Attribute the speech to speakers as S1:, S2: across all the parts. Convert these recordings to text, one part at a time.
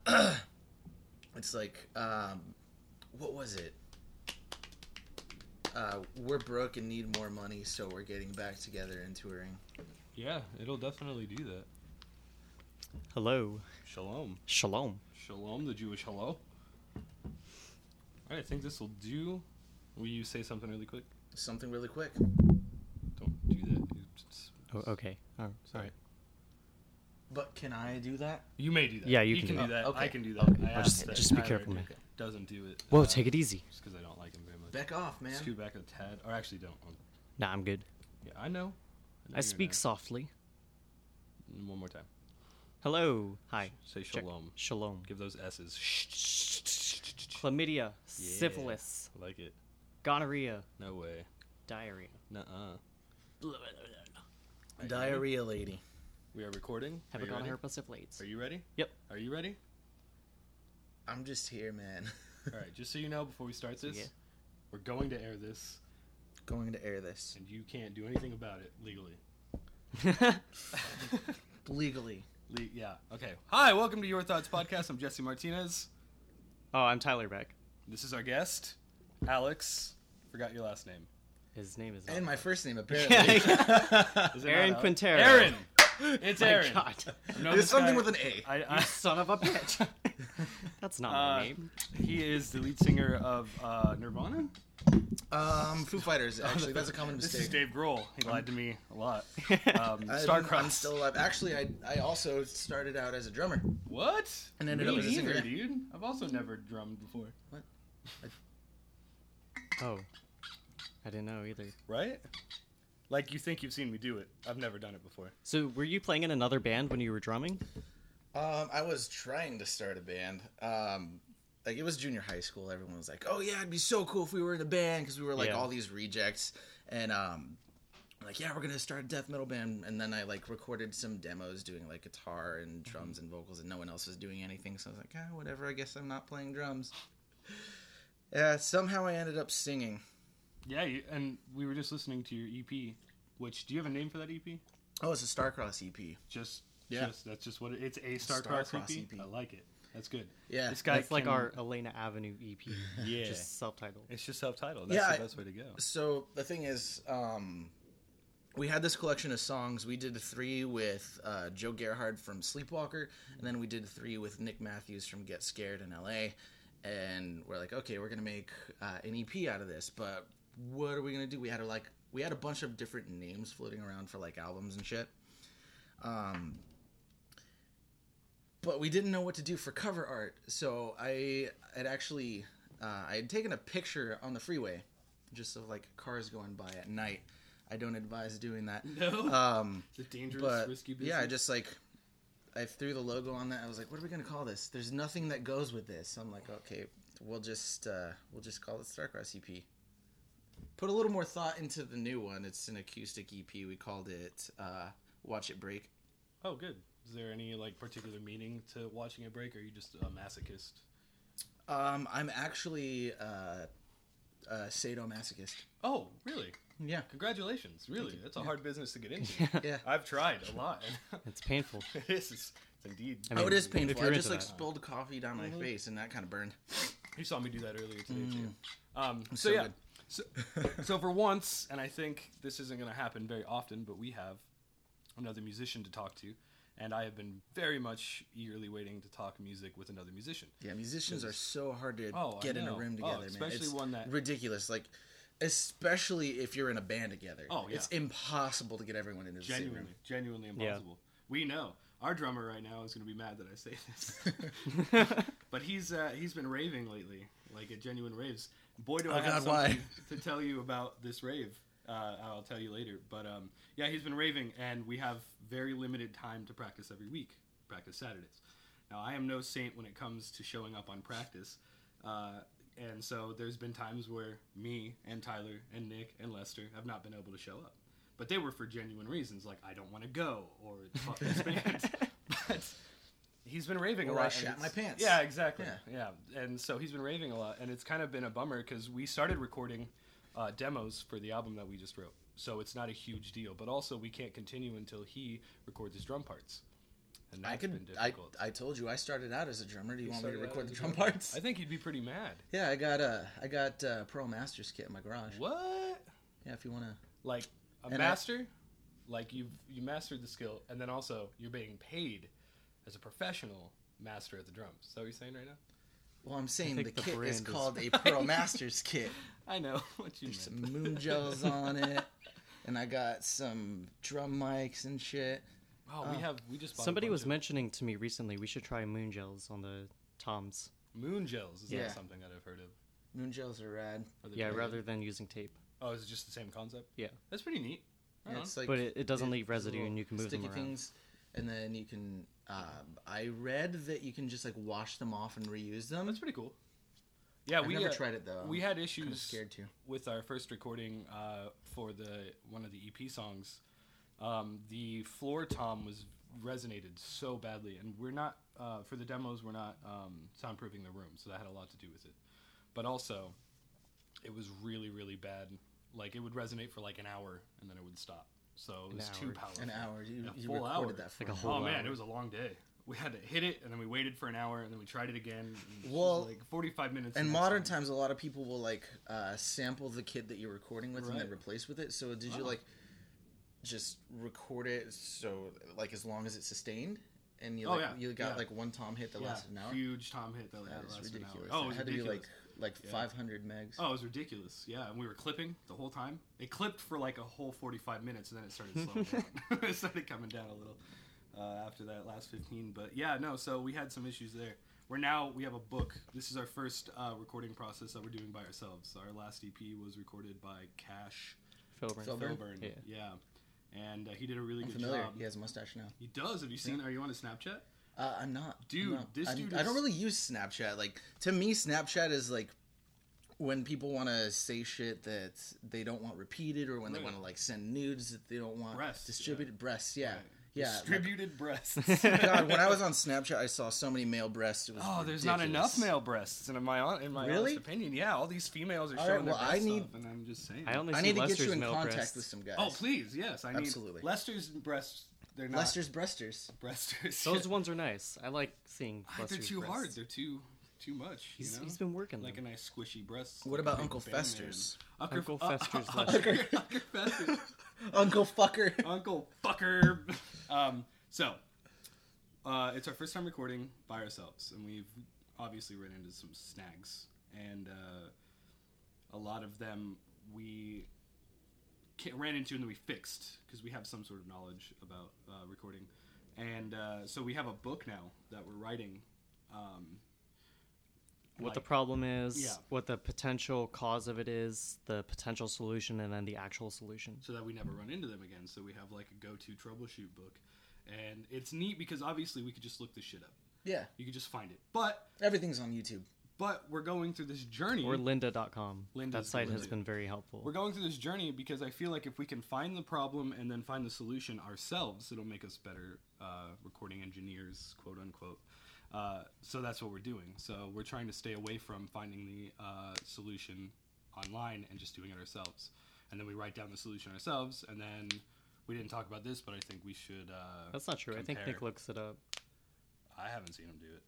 S1: It's like, um, what was it? Uh, we're broke and need more money, so we're getting back together and touring.
S2: Yeah, it'll definitely do that.
S3: Hello.
S2: Shalom.
S3: Shalom.
S2: Shalom, the Jewish hello. All right, I think this will do. Will you say something really quick?
S1: Something really quick.
S2: Don't do that. dude. It's-
S3: Oh, okay. Oh,
S2: Sorry.
S1: But can I do that?
S2: You may do that.
S3: Yeah, you
S2: He
S3: can do
S2: do that.
S1: Oh, Okay.
S2: I can do that. I
S3: Well,
S2: asked
S3: just-
S2: that
S3: just be
S2: Tyler
S3: careful, man.
S2: Doesn't do it.
S3: Whoa,
S2: uh,
S3: take it easy.
S2: Just because I don't like him very much.
S1: Back off, man.
S2: Scoot back a tad, or actually don't. Um,
S3: Nah, I'm good.
S2: Yeah, I know. know
S3: I
S2: you're
S3: speak
S2: not.
S3: softly.
S2: One more time.
S3: Hello. Hi.
S2: Say
S3: Check.
S2: shalom.
S3: Shalom.
S2: Give those S's. Shh.
S3: Chlamydia, syphilis,
S2: I like it.
S3: gonorrhea,
S2: No way.
S3: diarrhea.
S2: Nuh-uh.
S1: Diarrhea lady.
S2: We are recording. Are you, ready?
S3: Hepatitis.
S2: are you ready?
S3: Yep.
S2: Are you ready?
S1: I'm just here, man.
S2: All right. Just so you know, before we start this,
S3: Yeah.
S2: we're going to air this,
S1: Going to air this
S2: and you can't do anything about it legally.
S1: legally.
S2: Le- yeah. Okay. Hi. Welcome to Your Thoughts podcast. I'm Jesse Martinez.
S3: oh, I'm Tyler Beck.
S2: This is our guest, Alex. Forgot your last name.
S3: His name is.
S1: And my first name,
S3: Yeah,
S1: apparently.
S3: yeah.
S2: Is it
S3: Aaron
S2: not Alex?
S3: Quintero.
S2: Aaron. It's
S3: Oh My
S2: Aaron.
S3: God.
S2: I've known
S1: There's
S2: this
S1: something
S2: guy-
S1: with an A.
S2: I,
S3: You
S2: I,
S3: son of a bitch. That's not
S2: Uh,
S3: my name.
S2: he is the lead singer of uh, Nirvana.
S1: Um, Foo Fighters, actually. That's a common
S2: Oh, This is
S1: mistake.
S2: Dave Grohl. He lied to me a lot.
S3: uh,
S2: Um,
S1: I'm- I'm
S2: Starcrossed.
S1: still alive. Actually, I, I also started out as a drummer.
S2: What?
S1: And ended
S2: me
S1: up as a singer.
S2: neither, dude. I've also never drummed before.
S3: Oh, I didn't know either.
S2: Right? Like you think you've seen me do it. I've never done it before.
S3: So, were you playing in another band when you were drumming?
S1: Um, I was trying to start a band. Um, like it was junior high school. Everyone was like, "Oh yeah, it'd be so cool if we were in a band," because we were like
S3: Yeah.
S1: all these rejects, and um, like yeah, we're gonna start a death metal band. And then I like recorded some demos doing like guitar and drums and vocals, and no one else was doing anything. So I was like, ah, whatever. I guess I'm not playing drums. Yeah, somehow I ended up singing.
S2: Yeah, you, and we were just listening to your EP. Which do you have a name for that EP?
S1: Oh, it's a Starcross EP.
S2: Just
S1: Yeah.
S2: just- that's just what it, it's a Starcross
S1: Starcross
S2: EP.
S1: EP.
S2: I like it. That's good.
S1: Yeah,
S2: this guy
S3: That's like
S2: can-
S3: our Elena Avenue EP.
S2: yeah.
S3: Just subtitled.
S2: It's just self-titled. That's
S1: Yeah,
S2: the
S1: I-
S2: best way to go.
S1: so the thing is um, we had this collection of songs we did three with uh, joe gerhard from sleepwalker and then we did three with nick matthews from get scared in la and we're like okay we're gonna make uh, an ep out of this but what are we gonna do we had a, like we had a bunch of different names floating around for like albums and shit um, but we didn't know what to do for cover art so i had actually uh, i had taken a picture on the freeway just of like cars going by at night i don't advise doing that
S2: No.
S1: um,
S2: the dangerous,
S1: but
S2: risky business.
S1: yeah i just like i threw the logo on that i was like what are we gonna call this there's nothing that goes with this i'm like okay we'll just uh, we'll just call it starcross ep put a little more thought into the new one it's an acoustic ep we called it uh, watch it break
S2: Oh, good. Is there any like particular meaning to watching it break, or are you just a masochist?
S1: Um, I'm actually uh, a sadomasochist.
S2: Oh, really?
S1: Yeah,
S2: Congratulations! Really, that's a hard business to get into.
S1: yeah.
S2: I've tried a lot.
S3: It's painful.
S2: this is it's indeed.
S3: I
S1: oh, it
S3: mean,
S1: is
S3: if
S1: painful.
S3: you're
S1: I just
S3: into
S1: like
S3: that.
S1: spilled coffee down
S2: Mm-hmm.
S1: my face, and that kind of burned.
S2: You saw me do that earlier today too. Um, so,
S1: Mm. so
S2: yeah,
S1: good.
S2: so, so for once, and I think this isn't going to happen very often, but we have another musician to talk to, and I have been very much eagerly waiting to talk music with another musician.
S1: Yeah, musicians are so hard to
S2: Oh, I
S1: get in a
S2: know.
S1: room
S2: Oh,
S1: together, man.
S2: especially
S1: it's
S2: one that-
S1: ridiculous. Like, especially if you're in a band together.
S2: Oh, yeah.
S1: it's impossible to get everyone into the same room.
S2: Genuinely, genuinely impossible. We know our drummer right now is going to be mad that I say this, but he's uh, he's been raving lately, like at genuine raves. Boy, do I
S1: Oh,
S2: have
S1: God, why?
S2: something to tell you about this rave. Uh, I'll tell you later, but um, yeah, he's been raving, and we have very limited time to practice every week. Practice Saturdays. Now, I am no saint when it comes to showing up on practice, uh, and so there's been times where me and Tyler and Nick and Lester have not been able to show up, but they were for genuine reasons, like I don't want to go or fuck this band. but he's been raving a
S1: Or I
S2: lot. and
S1: shat
S2: it's-
S1: my pants.
S2: Yeah, exactly.
S1: Yeah.
S2: Yeah. and so he's been raving a lot, and it's kind of been a bummer because we started recording uh, demos for the album that we just wrote, so it's not a huge deal. But also, we can't continue until he records his drum parts and that's
S1: I could.
S2: been
S1: I,
S2: difficult.
S1: I told you I started out as a drummer. Do you, want me to
S4: started out
S1: record
S4: as
S1: the
S4: a
S1: drum
S4: drummer.
S1: parts?
S2: I think you'd be pretty mad.
S1: yeah, I got uh, I got uh, Pearl Masters kit in my garage.
S2: What?
S1: Yeah, if you wanna.
S2: Like a
S1: And I-
S2: master? like you've you mastered the skill, and then also you're being paid as a professional master at the drums. Is that what you're saying right now?
S1: Well, I'm saying the,
S3: think the
S1: kit
S3: brand
S1: is
S3: is
S1: called a Pearl Masters kit.
S2: I know what you
S1: There's
S2: meant.
S1: some moon gels on it, and I got some drum mics and shit.
S2: Oh, we have we just bought a
S3: Somebody
S2: bunch
S3: was
S2: of
S3: mentioning to me recently we should try moon gels on the toms.
S2: moon gels. Is
S1: Yeah.
S2: that something that I've heard of?
S1: Moon gels are rad.
S2: Are they
S3: Yeah,
S2: branded?
S3: rather than using tape.
S2: Oh, is it just the same concept?
S3: Yeah.
S2: That's pretty neat. Right
S1: Yeah,
S2: on.
S1: it's like
S3: but it, it doesn't
S1: it-
S3: leave residue
S1: little
S3: and you can move them
S1: sticky
S3: around.
S1: things, and then you can. Um, I read that you can just like wash them off and reuse them.
S2: That's pretty cool. Yeah,
S1: I've
S2: we
S1: never
S2: uh,
S1: tried it though.
S2: We
S1: I'm
S2: had
S1: kinda
S2: issues
S1: scared to.
S2: with our first recording uh, for the one of the EP songs. Um, the floor tom was resonated so badly, and we're not uh, for the demos. We're not um, soundproofing the room, so that had a lot to do with it. But also, it was really, really bad. Like it would resonate for like an hour, and then it would stop. So it
S3: An
S2: was too
S3: hour.
S2: powerful.
S1: An hour. You,
S2: A
S1: you
S2: full
S1: recorded
S2: hour.
S1: that for
S3: Like a
S1: an
S3: whole
S2: oh man,
S3: hour.
S2: it was a long day. We had to hit it, and then we waited for an hour, and then we tried it again. and it was
S1: Well,
S2: like forty-five minutes.
S1: In
S2: that
S1: modern
S2: song.
S1: times, a lot of people will like uh, sample the kit that you're recording with and then
S2: Right.
S1: replace with it. So did you
S2: Wow.
S1: like just record it so like as long as it's sustained, and you
S2: Oh,
S1: like,
S2: yeah,
S1: you got
S2: yeah.
S1: like one tom hit that
S2: yeah,
S1: lasted an hour?
S2: huge Tom hit that,
S1: That is
S2: lasted an hour.
S1: ridiculous.
S2: Oh, it
S1: it
S2: was
S1: had
S2: ridiculous.
S1: to be like like
S2: Yeah.
S1: 500 megs.
S2: Oh, it was ridiculous. Yeah, and we were clipping the whole time. It clipped for like a whole 45 minutes, and then it started slowing down. it started coming down a little uh, after that last 15. But yeah, no. So we had some issues there. We're now we have a book. This is our first uh, recording process that we're doing by ourselves. Our last EP was recorded by Cash
S3: Filburn.
S1: Filburn.
S2: Filburn.
S3: Yeah.
S2: Yeah, and uh, he did a really
S1: I'm
S2: good
S1: familiar.
S2: job.
S1: He has a mustache now.
S2: He does. Have you seen? Are you on his Snapchat?
S1: Uh, I'm not,
S2: Dude,
S1: I'm not.
S2: this
S1: I'm-
S2: dude
S1: I don't
S2: is-
S1: really use Snapchat. Like to me, Snapchat is like when people want to say shit that they don't want repeated, or when they
S2: Right.
S1: want to like send nudes that they don't want
S2: Breasts,
S1: distributed breasts. Yeah,
S2: Right.
S1: yeah.
S2: Distributed breasts.
S1: like, God, when I was on Snapchat, I saw so many male breasts. It was
S2: Oh, there's not
S1: ridiculous.
S2: enough male breasts, and in my hon- in my
S1: Really?
S2: honest opinion, yeah, all these females are
S1: All right,
S2: showing their
S1: well, I
S2: breasts
S1: need-
S2: off, and I'm just saying.
S3: I only see
S1: I need to get
S3: Lester's
S1: you in
S3: male
S1: contact
S3: breasts.
S1: with some guys.
S2: oh, please, yes, I need
S1: Absolutely.
S2: Lester's breasts. They're not
S1: Lester's breasters.
S2: breasters.
S3: Those ones are nice. I like seeing.
S2: Ah,
S3: Lester's
S2: they're too
S3: breasts.
S2: hard. They're too too much. You
S3: He's,
S2: know?
S3: he's been working
S2: like a
S3: them.
S2: nice squishy breast.
S1: What
S2: like
S1: about
S2: a big
S1: Uncle
S2: Batman.
S1: Fester's?
S3: Uncle
S2: uh,
S3: Fester's
S2: uh,
S3: Lester.
S2: Uncle- Uncle Fester's.
S1: Uncle fucker.
S2: Uncle fucker. um, so, uh, it's our first time recording by ourselves, and we've obviously run into some snags, and uh, a lot of them we ca- ran into and then we fixed because we have some sort of knowledge about uh, recording, and uh, so we have a book now that we're writing. Um,
S3: What the
S2: like-
S3: problem is,
S2: Yeah.
S3: what the potential cause of it is, the potential solution, and then the actual solution.
S1: Mm-hmm.
S2: so that we never run into them again. So we have like a go-to troubleshoot book, and it's neat because obviously we could just look this shit up.
S1: Yeah,
S2: You could just find it, but
S1: everything's on YouTube.
S2: but we're going through this journey.
S3: Or lynda.com. that
S2: Lynda's
S3: site
S2: good
S3: has
S2: too.
S3: been very helpful.
S2: We're going through this journey because I feel like if we can find the problem and then find the solution ourselves, it'll make us better uh, recording engineers, quote unquote. Uh, so that's what we're doing. So we're trying to stay away from finding the uh, solution online and just doing it ourselves. And then we write down the solution ourselves. And then we didn't talk about this, but I think we should. Uh,
S3: That's not true. I think
S2: compare.
S3: Nick looks it up.
S2: I haven't seen him do it.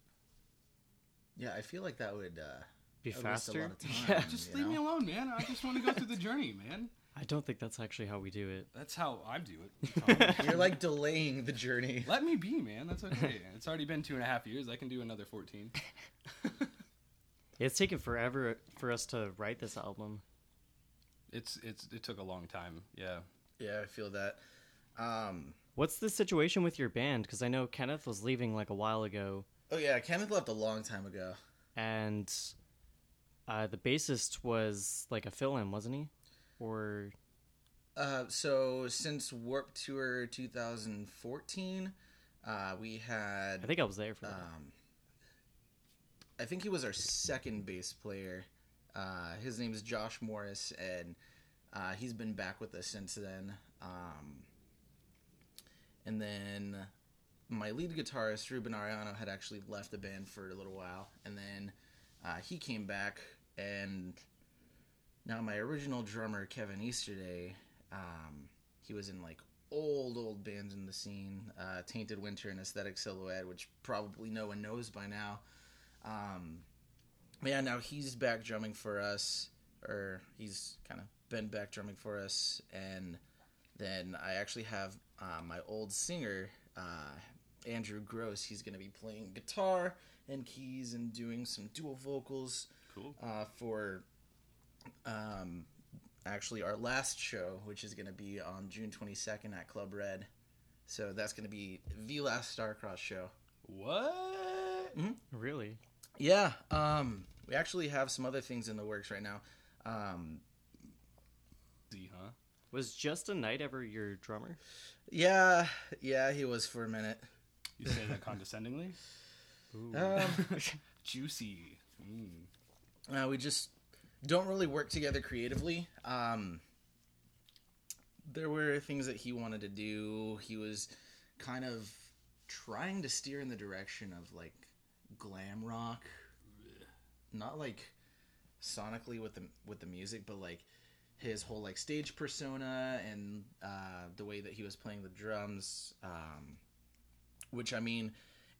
S1: Yeah, I feel like that would uh,
S3: Be
S1: At least a lot
S3: faster.
S1: of time.
S3: Yeah.
S2: Just
S1: You
S2: leave me
S1: know?
S2: alone, man. I just want to go through the journey, man.
S3: I don't think that's actually how we do it.
S2: That's how I do it.
S1: You're like delaying the journey.
S2: Let me be, man. That's okay. It's already been two and a half years. I can do another 14.
S3: It's taken forever for us to write this album.
S2: It's it's it took a long time. Yeah.
S1: Yeah, I feel that. Um,
S3: What's the situation with your band? Because I know Kenneth was leaving like a while ago,
S1: oh yeah, Kenneth left a long time ago.
S3: and uh, the bassist was like a fill-in, wasn't he? Or
S1: Uh, so since Warp Tour 2014, uh, we had
S3: I think I was there for
S2: Uh,
S3: that.
S1: um, I think he was our second bass player. Uh, his name is Josh Morris, and uh, he's been back with us since then. Um, and then my lead guitarist Ruben Ariano had actually left the band for a little while, and then uh, he came back, and now my original drummer Kevin Easterday, um, he was in like old old bands in the scene uh, tainted winter and aesthetic silhouette which probably no one knows by now um, yeah now he's back drumming for us or he's kind of been back drumming for us and then i actually have uh, my old singer uh, andrew gross he's going to be playing guitar and keys and doing some dual vocals
S2: Cool.
S1: uh, for um, actually our last show, which is going to be on June 22nd at Club Red. So that's going to be the last Starcross show.
S2: What?
S3: Really?
S1: Yeah, um, we actually have some other things in the works right now. Um,
S2: See, huh?
S3: Was just a night ever your drummer?
S1: yeah, yeah, he was for a minute.
S2: You say that condescendingly?
S3: Ooh.
S1: Um,
S2: Juicy. Mm.
S1: uh, we just don't really work together creatively. Um, there were things that he wanted to do. He was kind of trying to steer in the direction of like glam rock, not like sonically with the with the music, but like his whole like stage persona and uh, the way that he was playing the drums. Um, which I mean,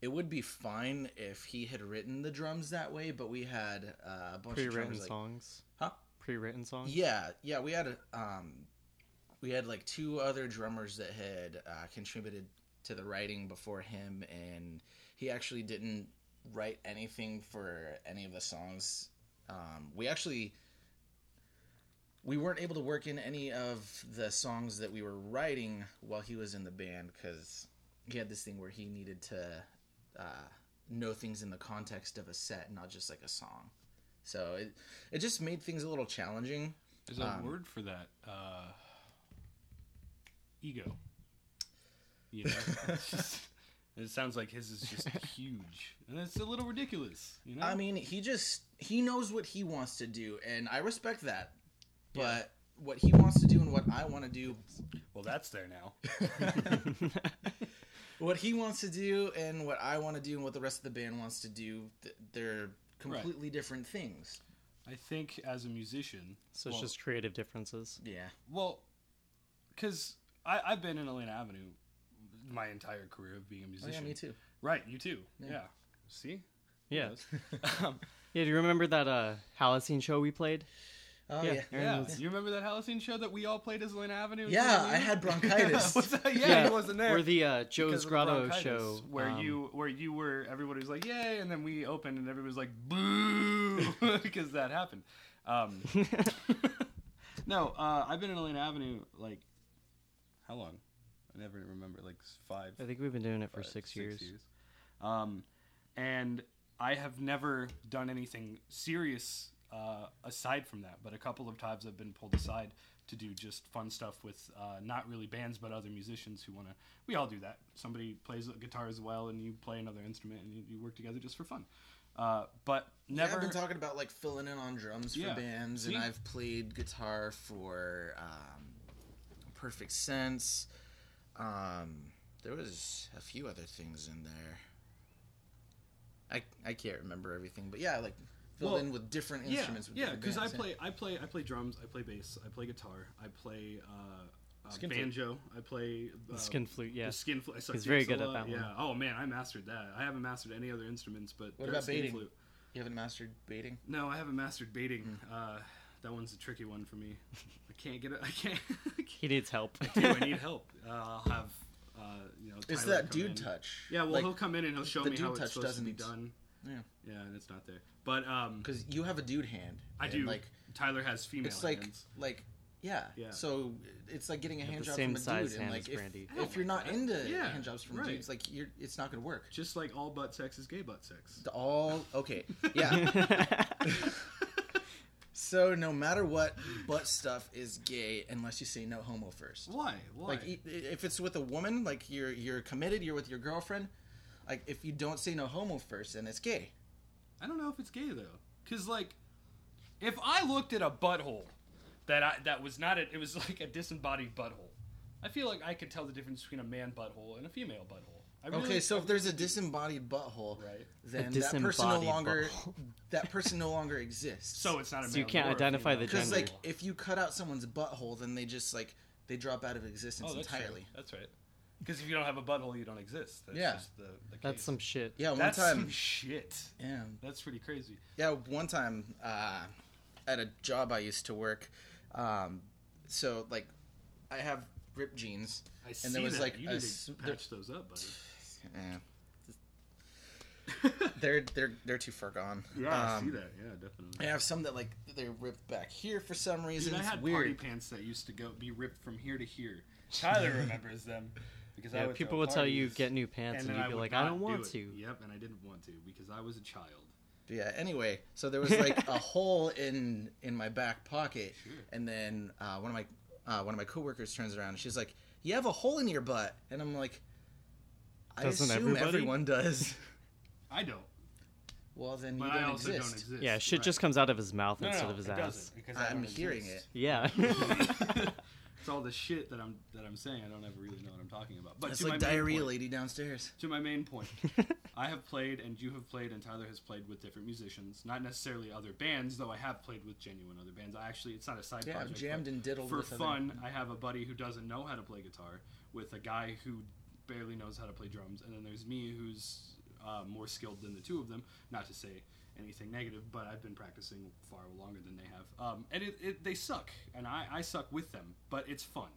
S1: it would be fine if he had written the drums that way, but we had uh, a bunch of
S3: Pre-written
S1: drummers like
S3: songs.
S1: Huh?
S3: Pre-written songs.
S1: yeah, yeah, we had a, um, we had like two other drummers that had uh, contributed to the writing before him, and he actually didn't write anything for any of the songs. Um, we actually we weren't able to work in any of the songs that we were writing while he was in the band because he had this thing where he needed to uh, know things in the context of a set, not just like a song. So it it just made things a little challenging.
S2: There's a
S1: Um,
S2: word for that. Uh, ego. You know? It's just- it sounds like his is just huge. And it's a little ridiculous, you know?
S1: I mean, he just he knows what he wants to do, and I respect that. But what he wants to do and what I want to do,
S2: well, that's there now.
S1: what he wants to do and what I want to do, and what the rest of the band wants to do, th- they're completely different things.
S2: I think as a musician.
S3: So it's
S2: well-
S3: just creative differences.
S1: Yeah.
S2: Well, because I've been in Elena Avenue my entire career of being a
S1: Oh,
S2: musician.
S1: yeah, me too.
S2: Right, you too.
S1: Yeah.
S2: Yeah. See?
S3: Yeah.
S2: um,
S3: Yeah. Do you remember that uh, Holocene show we played?
S1: Oh
S3: Yeah.
S1: yeah.
S3: Yeah.
S2: yeah. You remember that Holocene show that we all played as Elena Avenue?
S1: Yeah,
S2: including
S1: I
S2: you?
S1: had bronchitis.
S2: Was that- yeah, he wasn't there.
S3: Or the uh,
S2: because
S3: Joe's
S2: of the
S3: Grotto
S2: bronchitis,
S3: show
S2: where
S3: um,
S2: you where you were everybody was like yay and then we opened and everybody was like boo because that happened um, no uh, i've been in elena avenue like how long i never remember like five
S3: I think we've been doing it for
S2: five,
S3: six, years.
S2: Um, and I have never done anything serious uh, aside from that, but a couple of times I've been pulled aside to do just fun stuff with uh, not really bands, but other musicians who want to. We all do that. Somebody plays a guitar as well, and you play another instrument, and you, you work together just for fun. Uh, but
S1: Never...
S2: never.
S1: I've been talking about like filling in on drums for
S2: Yeah.
S1: bands,
S2: See?
S1: and I've played guitar for um, Perfect Sense. Um, there was a few other things in there. I I can't remember everything, but yeah, like filled
S2: Well,
S1: in with different
S2: yeah,
S1: instruments. with
S2: yeah,
S1: different
S2: because I
S1: bands, yeah.
S2: play, I play, I play drums, I play bass, I play guitar, I play uh, uh,
S1: Skin flute.
S2: banjo, I play uh,
S3: Skin flute. Yeah.
S2: The skin flute. I suck
S3: He's very
S2: dicks a
S3: good at
S2: lot,
S3: that one.
S2: Yeah. Oh man, I mastered that. I haven't mastered any other instruments, but
S1: What
S2: there's
S1: about
S2: skin
S1: baiting?
S2: flute.
S1: You haven't mastered baiting.
S2: No, I haven't mastered baiting.
S1: Mm.
S2: Uh, that one's a tricky one for me. I can't get it. I can't. I can't
S3: He needs help.
S2: do. I need help. Uh, I'll have. Uh, you know,
S1: It's
S2: Tyler
S1: that
S2: come
S1: dude
S2: in.
S1: touch.
S2: Yeah, well,
S1: Like,
S2: he'll come in and he'll show
S1: the
S2: me
S1: dude
S2: how
S1: touch
S2: it's supposed to be
S1: doesn't-
S2: done.
S1: yeah,
S2: Yeah, and it's not there. But um,
S1: because you have a dude hand.
S2: I
S1: and,
S2: do.
S1: Like
S2: Tyler has female
S1: it's like
S2: hands.
S1: like yeah.
S2: Yeah.
S1: So it's like getting a hand
S3: the
S1: job
S3: same
S1: from a
S3: size
S1: dude, and
S3: hand
S1: like
S3: as
S1: if,
S3: Brandy.
S1: if you're not into
S2: Yeah,
S1: hand jobs from
S2: right.
S1: dudes, like you're, it's not gonna work.
S2: Just like all butt sex is gay butt sex.
S1: The All okay, yeah. so no matter what, butt stuff is gay unless you say no homo first.
S2: Why? Why?
S1: Like e- if it's with a woman, like you're you're committed, you're with your girlfriend. Like if you don't say no homo first, then it's gay.
S2: I don't know if it's gay though, because like, if I looked at a butthole that I that was not a, it was like a disembodied butthole, I feel like I could tell the difference between a man butthole and a female butthole. I really,
S1: Okay, so
S2: I
S1: if there's a disembodied butthole,
S2: Right.
S1: then that person no
S3: disembodied
S1: longer
S3: butthole.
S1: that person no longer exists.
S2: so it's not a.
S3: So you
S2: male
S3: can't
S2: or a
S3: identify
S2: female.
S3: the
S1: because
S3: gender.
S1: like if you cut out someone's butthole, then they just like they drop out of existence
S2: oh, that's
S1: entirely.
S2: Right. That's right. Because if you don't have a butthole, you don't exist. That's
S1: Yeah.
S2: just the, the
S3: That's
S2: case.
S3: some shit.
S1: Yeah, one
S2: That's
S1: time.
S2: some shit.
S1: yeah,
S2: That's pretty crazy.
S1: Yeah, one time uh, at a job I used to work, um, so like I have ripped jeans.
S2: I
S1: And
S2: see
S1: there was
S2: that.
S1: like
S2: you
S1: a
S2: need
S1: s-
S2: to patch those up, buddy.
S1: Eh, they're they're they're too far gone.
S2: yeah, I see
S1: Um,
S2: that. Yeah, definitely.
S1: I have some that like they're ripped back here for some reason.
S2: Dude, I
S1: it's
S2: had
S1: weird.
S2: party pants that used to go be ripped from here to here. Tyler remembers them because I
S3: Yeah,
S2: would
S3: people
S2: throw
S3: will tell you
S2: parties,
S3: get new pants, and,
S2: then
S3: you'd be
S2: would
S3: like, I
S2: not
S3: don't
S2: do
S3: want
S2: it."
S3: to.
S2: Yep, and I didn't want to because I was a child.
S1: But yeah. Anyway, so there was like a hole in in my back pocket,
S2: Sure.
S1: and then uh, one of my uh, one of my coworkers turns around and she's like, "You have a hole in your butt," and I'm like, "I
S3: Doesn't
S1: assume
S3: everybody?"
S1: everyone does."
S2: I don't,
S1: Well, then
S2: but
S1: you
S2: I
S1: don't
S2: also
S1: exist.
S2: don't exist.
S3: Yeah, shit
S2: Right.
S3: just comes out of his mouth
S2: no, no,
S3: instead
S2: no,
S3: of his
S2: it
S3: ass.
S2: doesn't, because I
S1: I'm
S2: don't
S1: hearing
S2: exist.
S1: it.
S3: Yeah.
S2: it's all the shit that I'm that I'm saying. I don't ever really know what I'm talking about. But
S1: It's
S2: to my
S1: like
S2: main
S1: diarrhea
S2: point-
S1: lady downstairs.
S2: to my main point, I have played and you have played and Tyler has played with different musicians, not necessarily other bands, though I have played with genuine other bands. I actually, it's not a side
S1: Yeah, I've
S2: project. but
S1: jammed and diddled
S2: for
S1: with other-
S2: fun. I have a buddy who doesn't know how to play guitar with a guy who barely knows how to play drums, and then there's me who's uh, more skilled than the two of them. Not to say anything negative, but I've been practicing far longer than they have, um, and it, it, they suck, and I, I suck with them, but it's fun,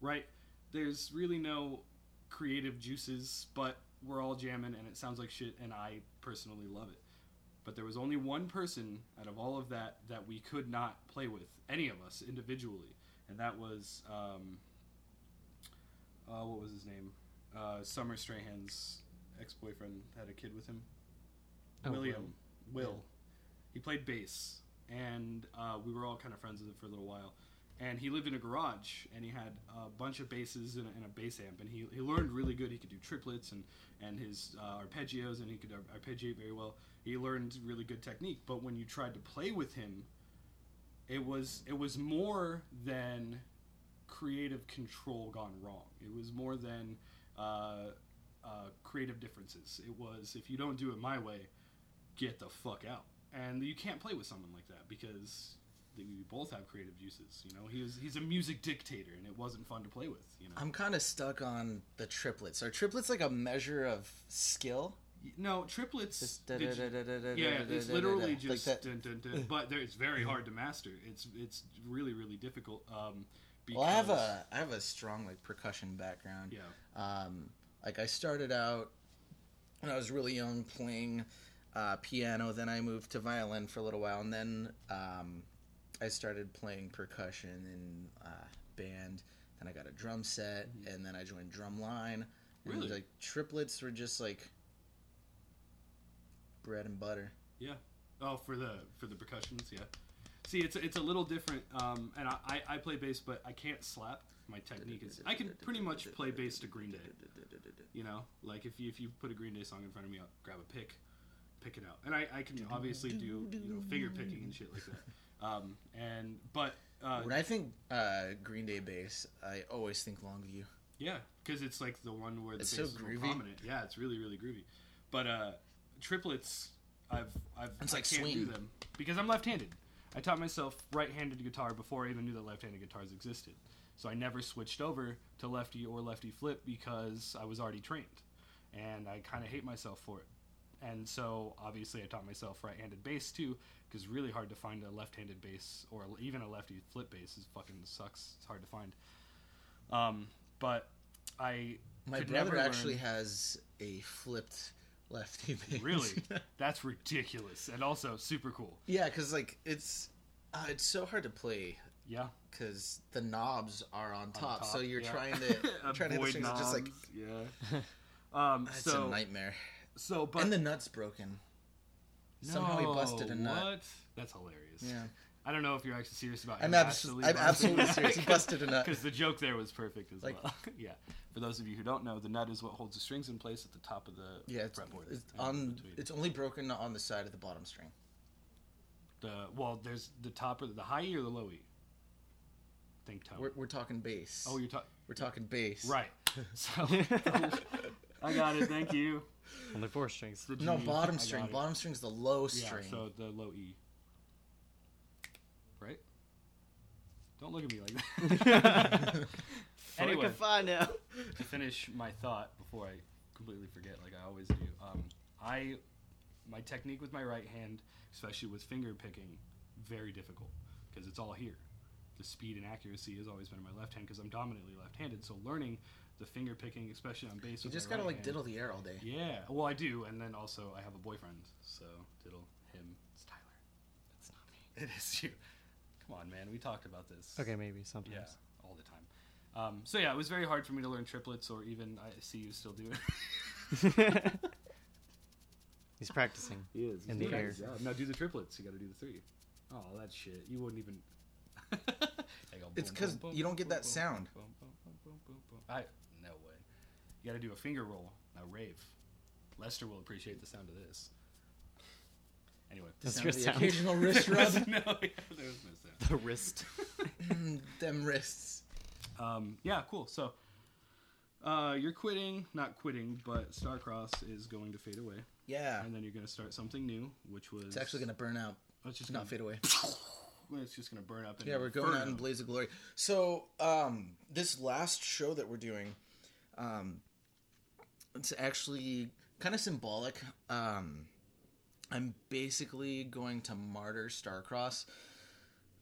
S2: right? There's really no creative juices, but we're all jamming, and it sounds like shit, and I personally love it. But there was only one person out of all of that that we could not play with, any of us individually, and that was, um, uh, what was his name? Uh, Summer Strahan's ex-boyfriend had a kid with him.
S3: Oh,
S2: William, Will. He played bass, and uh, we were all kind of friends with him for a little while. And he lived in a garage, and he had a bunch of basses and a, and a bass amp. And he, he learned really good. He could do triplets and and his uh, arpeggios, and he could ar- arpeggiate very well. He learned really good technique. But when you tried to play with him, it was it was more than creative control gone wrong. It was more than uh, uh, creative differences. It was if you don't do it my way, get the fuck out. And you can't play with someone like that because th- you both have creative juices. You know, he was, he's a music dictator, and it wasn't fun to play with. You know,
S1: I'm kind of stuck on the triplets. Are triplets like a measure of skill?
S2: Y- no triplets.
S1: Just
S2: did you-
S1: da-da-da-da-da-da-da-da-da-da.
S2: yeah, it's literally
S1: Like
S2: just
S1: that- Mm-hmm.
S2: dun, dun, dun, but there, it's very hard to master. It's it's really really difficult. Um, because,
S1: Well, I have a I have a strong like percussion background.
S2: yeah.
S1: Um, like I started out when I was really young playing uh, piano. Then I moved to violin for a little while, and then um, I started playing percussion in uh, band. Then I got a drum set, and then I joined drumline. And,
S2: Mm-hmm. Really?
S1: Like triplets were just like bread and butter.
S2: Oh, for the for the percussions, yeah. See, it's it's a little different. Um, and I, I I play bass, but I can't slap. My technique is I can pretty much play bass to Green Day. You know, like if you if you put a Green Day song in front of me, I'll grab a pick, pick it out, and I, I can obviously do you know finger picking and shit like that. Um, and but uh,
S1: When I think uh, Green Day bass, I always think Longview.
S2: yeah, because it's like the one where the
S1: It's
S2: bass
S1: so
S2: is more
S1: groovy.
S2: prominent. Yeah, it's really really groovy. But uh, triplets, I've I've
S1: It's
S2: I
S1: like
S2: can't do
S1: swing.
S2: them because I'm left-handed. I taught myself right-handed guitar before I even knew that left-handed guitars existed. So I never switched over to lefty or lefty flip because I was already trained, and I kind of hate myself for it. And so obviously I taught myself right-handed bass too because really hard to find a left-handed bass or even a lefty flip bass is fucking sucks. It's hard to find. Um, but I
S1: My
S2: could
S1: brother
S2: never learn-
S1: actually has a flipped lefty bass.
S2: really that's ridiculous and also super cool.
S1: yeah, because like it's uh, it's so hard to play
S2: Yeah,
S1: because the knobs are on top,
S2: top,
S1: so you're
S2: yeah.
S1: trying to trying to hit the
S2: Avoid
S1: strings. It's just like
S2: knobs, yeah. um,
S1: it's a
S2: so
S1: nightmare.
S2: so but
S1: and the nut's broken. somehow he busted a
S2: No,
S1: nut.
S2: What? That's hilarious.
S1: Yeah.
S2: I don't know if you're actually serious about.
S1: I'm abs- I'm absolutely serious. He busted a nut.
S2: because the joke there was perfect as
S1: Like-
S2: well. yeah. For those of you who don't know, the nut is what holds the strings in place at the top of the
S1: Yeah, it's,
S2: fretboard.
S1: it's
S2: and in
S1: on.
S2: between.
S1: It's only broken on the side of the bottom string.
S2: the well. There's the top or the high E or the low E. Think tone.
S1: We're, we're talking bass.
S2: oh, you're talking
S1: we're talking bass.
S2: right. So I got it. Thank you.
S3: Only four strings.
S2: The
S1: No
S2: G, I
S1: bottom
S2: got
S1: string.
S2: it.
S1: Bottom string's the low
S2: Yeah,
S1: string.
S2: so the low E. Right? Don't look at me like that. anyway,
S3: now.
S2: to finish my thought before I completely forget, like I always do, um, I my technique with my right hand, especially with finger picking, very difficult because it's all here. The speed and accuracy has always been in my left hand because I'm dominantly left-handed. So learning the finger picking, especially on bass,
S1: You
S2: with
S1: just
S2: my
S1: gotta
S2: right
S1: like
S2: hand-
S1: diddle the air all day.
S2: Yeah, well I do, and then also I have a boyfriend, so diddle him. It's Tyler. It's not me. It is you. Come on, man. We talked about this.
S3: Okay, maybe sometimes.
S2: Yeah, all the time. Um, so yeah, it was very hard for me to learn triplets, or even I see you still do it.
S3: He's practicing.
S2: He is.
S3: In the air.
S2: Now do the triplets. You got to do the three. Oh, that shit. You wouldn't even. I go
S1: It's
S2: boom,
S1: 'cause
S2: boom, boom,
S1: you don't get
S2: boom,
S1: that
S2: boom,
S1: sound.
S2: boom, boom, boom, boom, boom, boom. I no way. You got to do a finger roll. Now rave. Lester will appreciate the sound of this. Anyway.
S3: Does
S1: Sound
S3: your
S1: of the
S3: sound-
S1: occasional wrist rub. Mm,
S2: no, there was no sound.
S3: The wrist.
S1: Them wrists.
S2: Um, yeah, cool. So uh, you're quitting, not quitting, but Starcross is going to fade away,
S1: Yeah.
S2: and then you're going to start something new, which was
S1: It's actually gonna burn out.
S2: it's just
S1: Not fade away.
S2: away. It's just going to burn up. in
S1: Yeah, we're going out in
S2: inferno.
S1: blaze of glory. So, um, this last show that we're doing, um, it's actually kind of symbolic. Um, I'm basically going to martyr Starcross.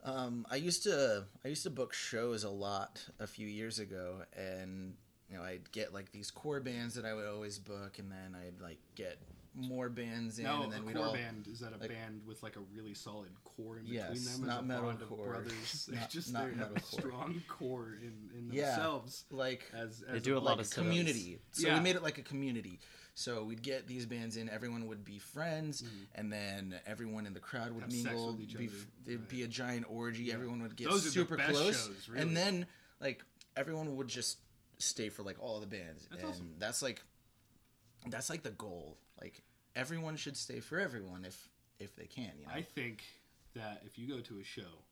S1: Um, I used to I used to book shows a lot a few years ago, and you know I'd get like these core bands that I would always book, and then I'd like get more bands in,
S2: No,
S1: and then
S2: a
S1: we'd
S2: core
S1: all
S2: band is that a
S1: like-
S2: band with like a really solid core in between
S1: Yes,
S2: them,
S1: not
S2: as a bond
S1: metalcore.
S2: of brothers. They
S1: Not-
S2: just
S1: not
S2: they have a
S1: metalcore.
S2: strong core in, in
S1: Yeah.
S2: themselves.
S1: like
S2: As, as
S3: They do a
S1: like
S3: lot
S2: like,
S3: of
S1: a
S3: setups.
S1: community. So
S2: Yeah.
S1: we made it like a community. So we'd get these bands in, everyone would be friends, and then everyone in the crowd would
S2: Mm-hmm. Have sex
S1: mingle.
S2: with each
S1: be,
S2: other,
S1: There'd
S2: right.
S1: be a giant orgy. Everyone would get
S2: Those are the
S1: super
S2: best
S1: close,
S2: shows, really.
S1: and then like everyone would just stay for like all the bands,
S2: That's
S1: and
S2: awesome.
S1: that's like that's like the goal. Like everyone should stay for everyone if if they can. You know,
S2: I think that if you go to a show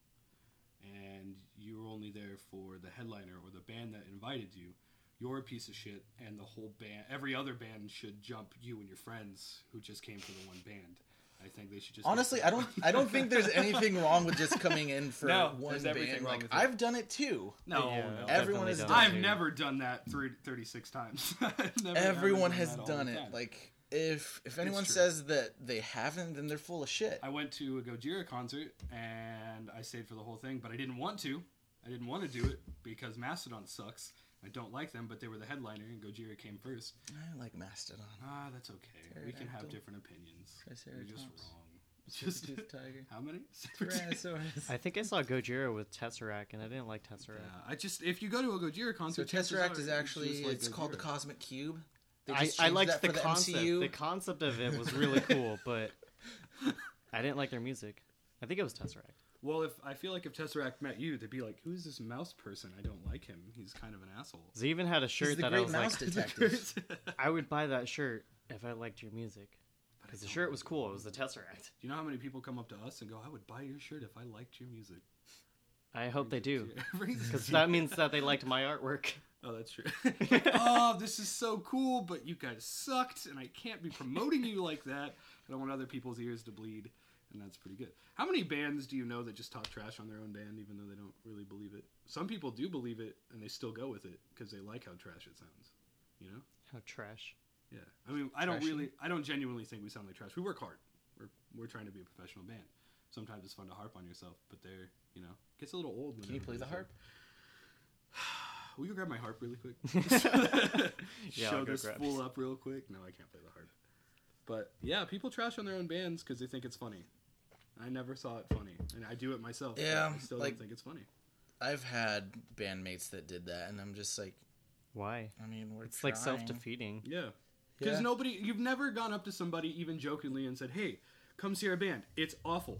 S2: and you're only there for the headliner or the band that invited you, you're a piece of shit, and the whole band, every other band should jump you and your friends who just came for the one band. I think they should just.
S1: Honestly, I don't. I don't think there's anything wrong with just coming in for
S2: No,
S1: one
S2: there's everything
S1: band.
S2: wrong
S1: Like
S2: with it.
S1: I've done it too.
S2: No,
S3: Yeah,
S2: no.
S1: Every-
S3: definitely
S1: is
S3: don't
S1: done
S2: I've
S3: do-
S2: never done that thir 36 times. I've never-
S1: everyone
S2: I've
S1: has
S2: all
S1: done
S2: the
S1: it.
S2: time.
S1: Like if if anyone
S2: true.
S1: says that they haven't, then they're full of shit.
S2: I went to a Gojira concert and I stayed for the whole thing, but I didn't want to. I didn't want to do it because Mastodon sucks. I don't like them, but they were the headliner and Gojira came first.
S1: I like Mastodon.
S2: Ah, that's okay. We can have
S1: Pterodactyl.
S2: different opinions. You're just
S1: Triceratops.
S2: wrong. Just
S1: Saber-toothed tiger.
S2: how many?
S1: Tyrannosaurus.
S3: I think I saw Gojira with Tesseract, and I didn't like Tesseract.
S2: Yeah, I just if you go to a Gojira
S1: So
S2: concert, chances are
S1: Tesseract is
S2: it's
S1: actually
S2: just like
S1: it's called the
S2: Gojira.
S1: Cosmic Cube. They
S3: I,
S1: just
S3: I
S1: changed
S3: liked
S1: that
S3: the,
S1: for
S3: concept.
S1: MCU.
S3: The concept of it was really cool, but I didn't like their music. I think it was Tesseract.
S2: Well, if I feel like if Tesseract met you, they'd be like, "Who's this mouse person? I don't like him. He's kind of an asshole."
S3: They even had a
S1: He's
S3: shirt
S1: the
S3: that I
S1: Great
S3: was like,
S1: Mouse Detective.
S3: I would buy that shirt if I liked your music.
S2: But I
S3: Because the
S2: don't
S3: shirt
S2: like
S3: was
S2: it.
S3: cool. It was the Tesseract.
S2: Do you know how many people come up to us and go, "I would buy your shirt if I liked your music"?
S3: I hope they do. Because
S2: Because
S3: that means that they liked my artwork.
S2: Oh, that's true. Like, oh, this is so cool, but you guys sucked, and I can't be promoting you like that. I don't want other people's ears to bleed, and that's pretty good. How many bands do you know that just talk trash on their own band, even though they don't really believe it? Some people do believe it, and they still go with it because they like how trash it sounds. You know?
S3: How trash.
S2: Yeah. I mean, I don't
S1: Trashy.
S2: really, I don't genuinely think we sound like trash. We work hard. We're we're trying to be a professional band. Sometimes it's fun to harp on yourself, but they're, you know, gets a little old. when
S1: Can you play
S2: everybody's
S1: the
S2: like,
S1: harp?
S2: Will you grab my harp really quick?
S3: Yeah, I'll
S2: Show
S3: go
S2: this
S3: grab
S2: fool
S3: it.
S2: up real quick. No, I can't play the harp. But yeah, people trash on their own bands because they think it's funny. I never saw it funny, and I do it myself. but
S1: Yeah,
S2: I still
S1: like-
S2: don't think it's funny.
S1: I've had bandmates that did that, and I'm just like,
S3: Why?
S1: I mean, we're
S3: It's like
S1: trying.
S3: self defeating.
S2: Yeah, because
S1: Yeah.
S2: nobody, you've never gone up to somebody even jokingly and said, "Hey, come see our band. It's awful."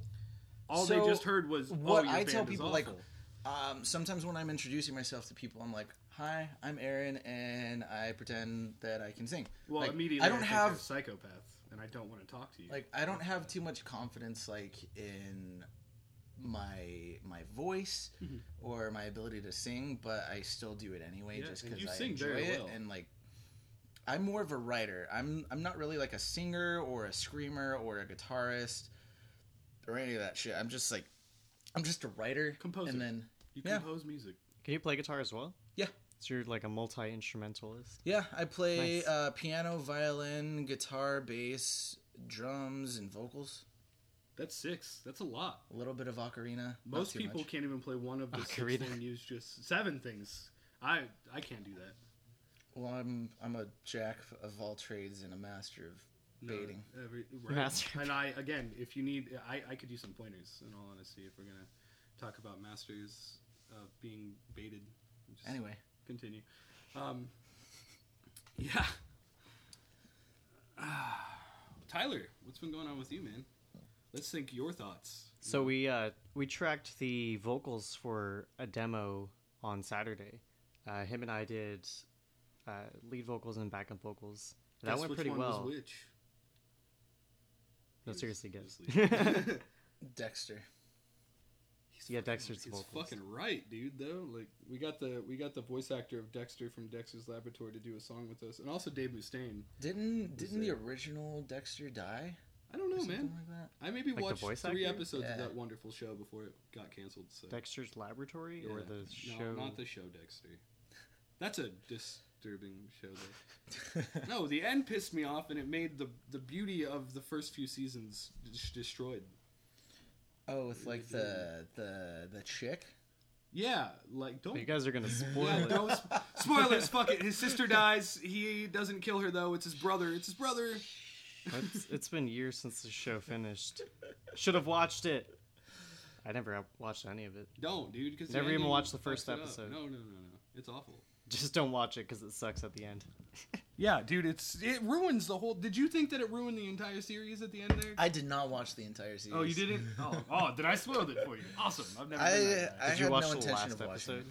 S2: All they
S1: So,
S2: just heard was,
S1: what
S2: "Oh, your
S1: I
S2: band
S1: tell
S2: is
S1: people, like,
S2: awful."
S1: Um, sometimes when I'm introducing myself to people, I'm like, "Hi, I'm Aaron, and I pretend that I can sing."
S2: well,
S1: Like,
S2: immediately
S1: I don't
S2: think you're a
S1: have
S2: psychopath, and I don't want to talk to you.
S1: like I don't have too much confidence like in my my voice
S2: Mm-hmm.
S1: or my ability to sing, but I still do it anyway
S2: Yeah,
S1: just
S2: and
S1: because
S2: you
S1: I
S2: sing
S1: enjoy
S2: very
S1: it
S2: well.
S1: and like I'm more of a writer. I'm I'm not really like a singer or a screamer or a guitarist or any of that shit. I'm just like I'm just a writer
S2: Composer.
S1: and then
S2: You
S1: Yeah.
S2: compose music.
S3: Can you play guitar as well?
S1: Yeah.
S3: So you're like a multi instrumentalist.
S1: Yeah, I play
S3: Nice.
S1: uh, piano, violin, guitar, bass, drums, and vocals.
S2: That's six. That's a lot.
S1: A little bit of ocarina. not
S2: Most
S1: too
S2: people
S1: much.
S2: can't even play one of the six
S3: Ocarina.
S2: things. You just seven things. I I can't do that.
S1: Well, I'm I'm a jack of all trades and a master of baiting.
S2: every- right.
S3: Master.
S2: And I again, if you need, I, I could use some pointers. In all honesty, if we're gonna talk about masters of being baited, just
S1: Anyway,
S2: continue. Um, yeah. Tyler, what's been going on with you, man? Let's think your thoughts.
S3: So we uh, we tracked the vocals for a demo on Saturday. Uh, him and I did uh, lead vocals and backup vocals. That
S2: Guess
S3: went
S2: which
S3: pretty
S2: one was
S3: well.
S2: which?
S3: No,
S2: Yes,
S3: seriously, guess.
S2: just leave it.
S1: Dexter.
S2: He's
S3: Yeah,
S2: fucking-
S3: Dexter's the
S2: he's
S3: vocalist.
S2: fucking right, dude. Though, like we got the we got the voice actor of Dexter from Dexter's Laboratory to do a song with us, and also Dave Mustaine.
S1: Didn't didn't the
S2: it?
S1: original Dexter die?
S2: I don't
S1: or
S2: know,
S1: something
S2: man.
S1: Like that?
S2: I maybe
S3: Like the
S2: watched
S3: voice
S2: three
S3: actor?
S2: episodes
S1: Yeah.
S2: of that wonderful show before it got canceled. So.
S3: Dexter's Laboratory or
S2: Yeah.
S3: the show?
S2: No, not the show Dexter. That's a disturbing show. Though. no, the end pissed me off, and it made the the beauty of the first few seasons dis- destroyed.
S1: oh, with like the the the chick.
S2: Yeah, like don't.
S3: You guys are gonna spoil
S2: Yeah,
S3: it.
S2: no, sp- spoilers. Fuck it. His sister dies. He doesn't kill her though. It's his brother. It's his brother.
S3: It's, it's been years since the show finished. Should have watched it. I never watched any of it.
S2: Don't, dude. Because
S3: Never even watched the first episode.
S2: No, no, no, no. It's awful.
S3: Just don't watch it because it sucks at the end.
S2: Yeah, dude. It's it ruins the whole. Did you think that it ruined the entire series at the end there?
S1: I did not watch the entire series.
S2: oh, you didn't. Oh, oh, then I spoiled it for you. Awesome. I've never.
S1: I
S2: done that.
S1: I
S3: Did you
S1: had
S3: watch
S1: no
S3: the
S1: intention
S3: last
S1: of watching.
S3: episode?
S1: it.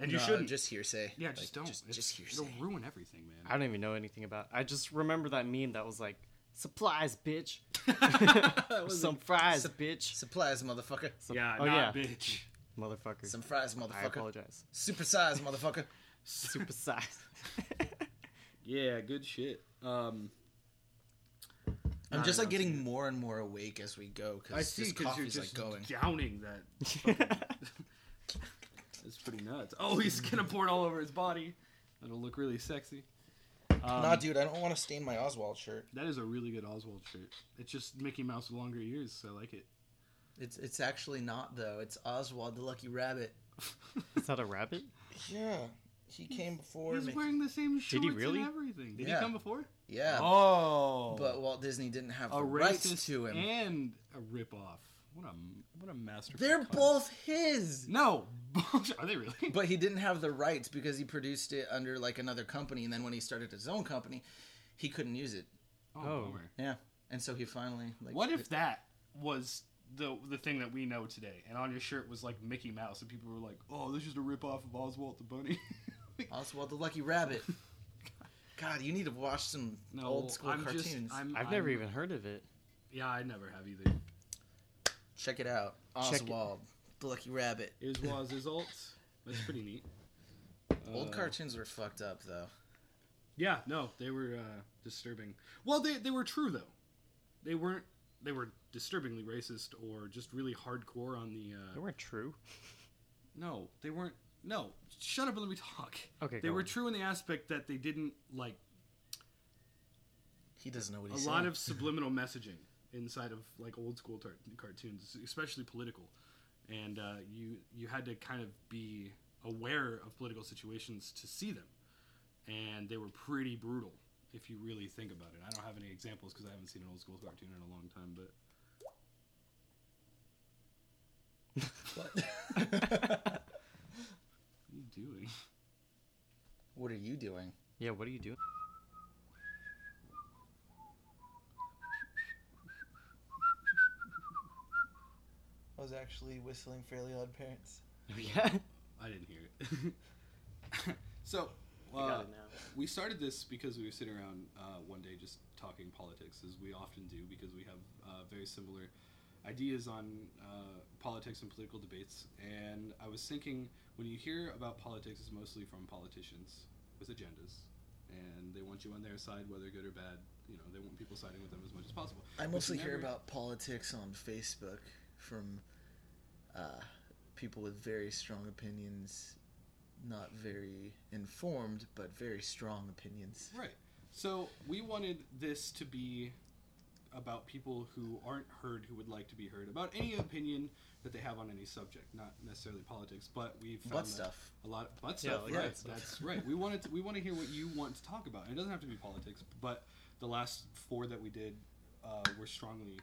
S2: and you
S1: No, uh,
S2: shouldn't.
S1: just hearsay.
S2: yeah, just
S1: Like,
S2: don't.
S1: Just,
S2: It's-
S1: just hearsay.
S2: It'll ruin everything, man.
S3: I don't even know anything about. I just remember that meme that was like supplies, bitch.
S2: That was
S3: Some fries,
S1: sup-
S3: bitch.
S1: Supplies, motherfucker.
S2: a- yeah,
S3: oh,
S2: nah,
S3: yeah.
S2: bitch.
S3: Motherfucker.
S1: Some fries,
S3: I
S1: motherfucker.
S3: apologize.
S1: Super size, motherfucker.
S3: Super size.
S2: Yeah, good shit. Um,
S1: I'm
S2: Not
S1: just like
S2: enough.
S1: getting more and more awake as we go
S2: I
S1: because
S2: see
S1: this
S2: because you're
S1: coffee's
S2: just
S1: like going.
S2: downing that. It's pretty nuts. Oh, he's
S1: Mm-hmm.
S2: gonna pour it all over his body. That'll look really sexy. Um,
S1: nah, dude, I don't want to stain my Oswald shirt.
S2: That is a really good Oswald shirt. It's just Mickey Mouse with longer ears. So I like it.
S1: It's it's actually not though. It's Oswald the Lucky Rabbit.
S3: Is that a rabbit?
S1: Yeah, he came before
S2: He's
S1: me.
S2: wearing the same shorts
S3: really?
S2: and everything. Did
S1: Yeah.
S2: he come before?
S1: Yeah,
S2: Oh,
S1: but Walt Disney didn't have
S2: a
S1: the rights
S2: racist
S1: to him.
S2: and a ripoff. What a what a master.
S1: They're both his.
S2: No, are they really?
S1: But he didn't have the rights because he produced it under like another company, and then when he started his own company, he couldn't use it.
S2: oh,
S3: Oh.
S2: bummer.
S1: Yeah, and so he finally like.
S2: what if that was the the thing that we know today, and on your shirt was like Mickey Mouse, and people were like, "Oh, this is a ripoff of Oswald the Bunny."
S1: Oswald the Lucky Rabbit? God, you need to watch some old school
S2: I'm
S1: cartoons.
S2: Just, I'm,
S3: I've
S2: I'm-
S3: never even heard of it.
S2: Yeah, I never have either.
S1: Check it out,
S3: Check it-
S1: Oswald the Lucky Rabbit.
S2: Is was is alt. That's pretty neat.
S1: Old
S2: Uh,
S1: cartoons were fucked up though.
S2: Yeah, no, they were uh, disturbing. Well, they they were true though. They weren't. They were disturbingly racist or just really hardcore on the.
S3: They
S2: Uh,
S3: weren't true.
S2: no, they weren't. No, shut up and let me talk.
S3: Okay,
S2: They
S3: go
S2: were
S3: on.
S2: true in the aspect that they didn't like
S1: He doesn't know what
S2: a
S1: he's
S2: lot
S1: saying.
S2: of subliminal messaging inside of like old school tar- cartoons, especially political, and uh, you you had to kind of be aware of political situations to see them, and they were pretty brutal if you really think about it. I don't have any examples because I haven't seen an old school cartoon in a long time, but
S1: What?
S2: what are you doing?
S1: what are you doing?
S3: Yeah, what are you doing?
S1: I was actually whistling Fairly Odd Parents.
S3: yeah.
S2: I didn't hear it. so.
S3: I
S2: uh,
S3: got it now.
S2: We started this because we were sitting around uh, one day just talking politics, as we often do, because we have uh, very similar ideas on uh, politics and political debates. And I was thinking, when you hear about politics, it's mostly from politicians with agendas, and they want you on their side, whether good or bad. You know, they want people siding with them as much as possible.
S1: I
S2: But
S1: mostly
S2: you
S1: hear
S2: never-
S1: about politics on Facebook from uh, people with very strong opinions, not very informed, but very strong opinions.
S2: Right. So we wanted this to be about people who aren't heard who would like to be heard about any opinion that they have on any subject, not necessarily politics, but we found
S1: Butt
S2: that
S1: stuff.
S2: a lot of butt
S3: Yeah,
S2: stuff.
S3: like
S2: right.
S3: butt stuff.
S2: That's right. We wanted to, we want to hear what you want to talk about. And it doesn't have to be politics, but the last four that we did uh, were strongly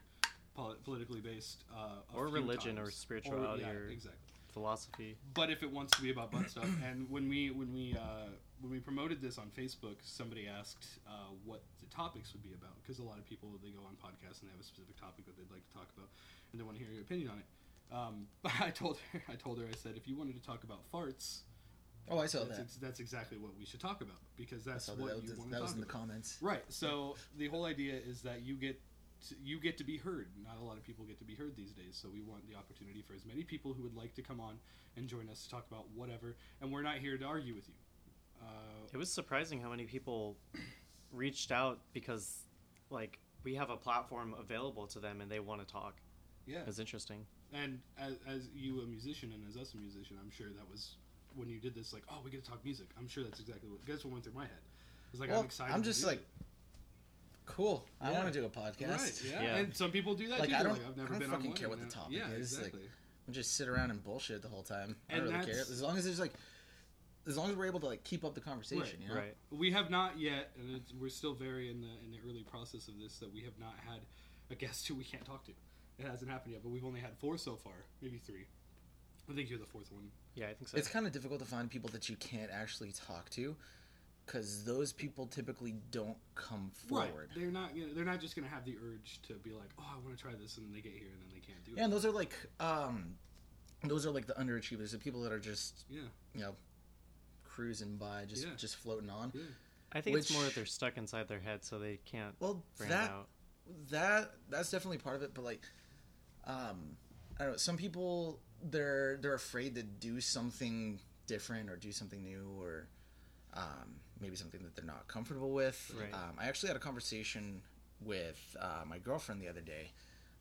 S2: poli- politically based, uh, a
S3: Or
S2: few
S3: religion or
S2: times.
S3: spirituality
S2: yeah,
S3: or-
S2: exactly
S3: philosophy.
S2: but if it wants to be about butt stuff, and when we when we uh, when we promoted this on Facebook, somebody asked uh, what the topics would be about because a lot of people they go on podcasts and they have a specific topic that they'd like to talk about, and they want to hear your opinion on it. Um, but I told her, I told her, I said, if you wanted to talk about farts,
S1: Oh, I saw
S2: that's,
S1: that.
S2: ex- that's exactly what we should talk about because
S1: I
S2: that's
S1: saw that.
S2: what
S1: That
S2: you
S1: was,
S2: want to
S1: that was
S2: talk
S1: in the
S2: about.
S1: comments.
S2: Right. So the whole idea is that you get to, you get to be heard. Not a lot of people get to be heard these days, so we want the opportunity for as many people who would like to come on and join us to talk about whatever. And we're not here to argue with you. Uh,
S3: It was surprising how many people reached out because, like, we have a platform available to them and they want to talk.
S2: yeah.
S3: It's interesting.
S2: And as, as you a musician and as us a musician, I'm sure that was when you did this. Like, oh, we get to talk music. I'm sure that's exactly what that's what went through my head. It's like
S1: Well,
S2: I'm excited.
S1: I'm
S2: to
S1: just
S2: do
S1: like,
S2: it.
S1: cool. I
S2: Yeah.
S1: want to do a podcast.
S2: Right, yeah.
S3: Yeah.
S2: and some people do that.
S1: Like,
S2: too.
S1: I
S2: They're
S1: don't-
S2: I've
S1: I
S2: never
S1: don't
S2: been on
S1: fucking
S2: one,
S1: care what the
S2: and-
S1: topic
S2: yeah,
S1: is, like-
S2: Exactly.
S1: and just sit around and bullshit the whole time. I
S2: And
S1: don't really care.
S2: that's-
S1: As long as there's like, as long as we're able to like keep up the conversation,
S2: Right,
S1: you know.
S3: Right.
S2: We have not yet, and it's, we're still very in the in the early process of this. That we have not had a guest who we can't talk to. It hasn't happened yet, but we've only had four so far, maybe three. I think you're the fourth one.
S3: Yeah, I think so.
S1: It's kind of difficult to find people that you can't actually talk to, because those people typically don't come forward.
S2: They're not. You know, they're not just gonna have the urge to be like, oh, I want to try this, and they get here and then they can't do
S1: Yeah,
S2: it.
S1: and those are like, um, those are like the underachievers, the people that are just
S2: Yeah,
S1: you know, cruising by, just
S2: Yeah.
S1: just floating on.
S2: yeah.
S3: I think it's more
S1: which-
S3: that they're stuck inside their head, so they can't
S1: Well,
S3: bring
S1: that
S3: it out.
S1: that that's definitely part of it but like um i don't know some people they're they're afraid to do something different or do something new or um maybe something that they're not comfortable with
S3: Right.
S1: um, i actually had a conversation with uh, my girlfriend the other day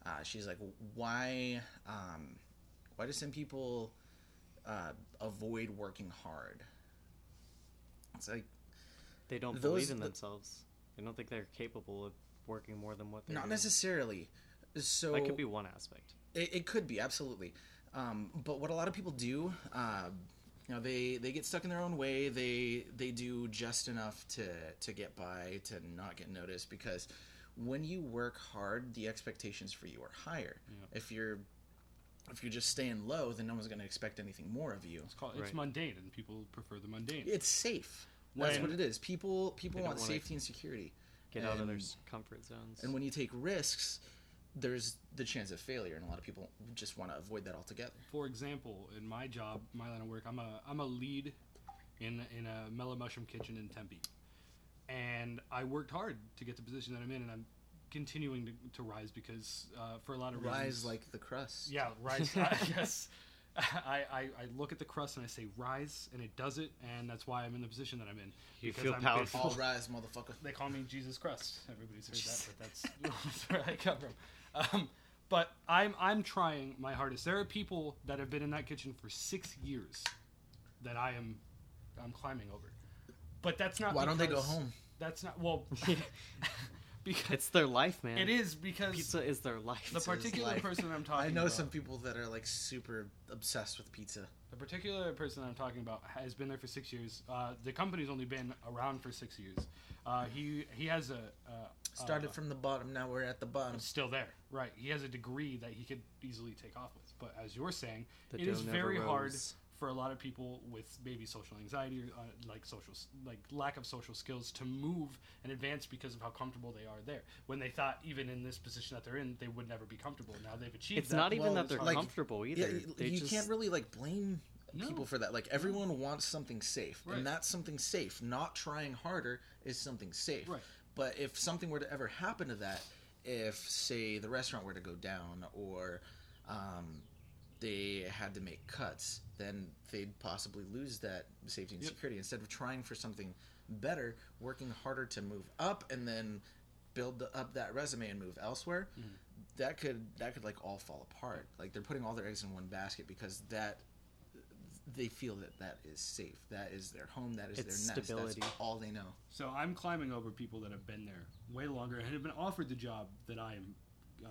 S1: uh, she's like why um why do some people uh, avoid working hard it's like
S3: They don't
S1: those-
S3: believe in
S1: the-
S3: themselves. They don't think they're capable of working more than what they're
S1: not
S3: doing.
S1: necessarily so
S3: That could be one aspect.
S1: It, it could be absolutely, um, but what a lot of people do, uh, you know, they they get stuck in their own way. They they do just enough to to get by, to not get noticed. Because when you work hard, the expectations for you are higher. If you're if you're just staying low, then no one's going to expect anything more of you.
S2: It's called.
S3: Right.
S2: It's mundane, and people prefer the mundane.
S1: It's safe. That's
S3: When-
S1: what it is. People people
S3: don't
S1: want
S3: wanna-
S1: safety and security.
S3: Get out of their
S1: And-
S3: s- comfort zones.
S1: And when you take risks, there's the chance of failure, and a lot of people just want to avoid that altogether.
S2: For example, in my job, my line of work, I'm a I'm a lead in in a mellow mushroom kitchen in Tempe, and I worked hard to get the position that I'm in, and I'm continuing to, to rise because uh, for a lot of
S1: Rise
S2: reasons,
S1: like the crust.
S2: yeah, rise. yes, I, I I look at the crust and I say rise, and it does it, and that's why I'm in the position that I'm in.
S3: You
S2: because
S3: feel
S2: I'm
S3: powerful.
S1: All rise, motherfucker.
S2: they call me Jesus Christ. Everybody's heard that, but that's, that's where I come from. Um, but I'm I'm trying my hardest. There are people that have been in that kitchen for six years that I am I'm climbing over. But that's not.
S1: Why don't they go
S2: because-
S1: home?
S2: That's not well. because
S3: it's their life, man.
S2: it is because
S3: Pizza is their life.
S2: the particular
S1: life.
S2: person I'm
S1: I
S2: talking.
S1: know
S2: about,
S1: some people that are like super obsessed with pizza.
S2: The particular person I'm talking about has been there for six years. Uh, the company's only been around for six years. Uh, he he has a uh,
S1: Started
S2: uh,
S1: from the bottom, now we're at the bottom.
S2: It's still there, right? He has a degree that he could easily take off with. But as you're saying,
S3: The
S2: it is
S3: dough never
S2: very hard
S3: rose.
S2: for a lot of people with maybe social anxiety or uh, like social s- like lack of social skills to move and advance because of how comfortable they are there. When they thought even in this position that they're in, they would never be comfortable. Now they've achieved.
S3: It's
S2: that.
S3: not even
S1: well,
S3: that
S1: it's
S3: they're
S1: like-
S3: comfortable
S1: Yeah,
S3: either.
S1: you
S3: they
S1: you
S3: just,
S1: can't really like blame
S2: No.
S1: people for that. Like everyone wants something safe,
S2: Right.
S1: and that's something safe. Not trying harder is something safe.
S2: Right.
S1: But if something were to ever happen to that, if say the restaurant were to go down or um, they had to make cuts, then they'd possibly lose that safety and
S2: Yep.
S1: security. Instead of trying for something better,
S2: Mm-hmm.
S1: working harder to move up and then build up that resume and move elsewhere, that could that could like all fall apart. Like they're putting all their eggs in one basket because that they feel that that is safe. That is their home. That is
S3: It's
S1: their nest.
S3: stability.
S1: That's all they know.
S2: So I'm climbing over people that have been there way longer and have been offered the job that I am, uh,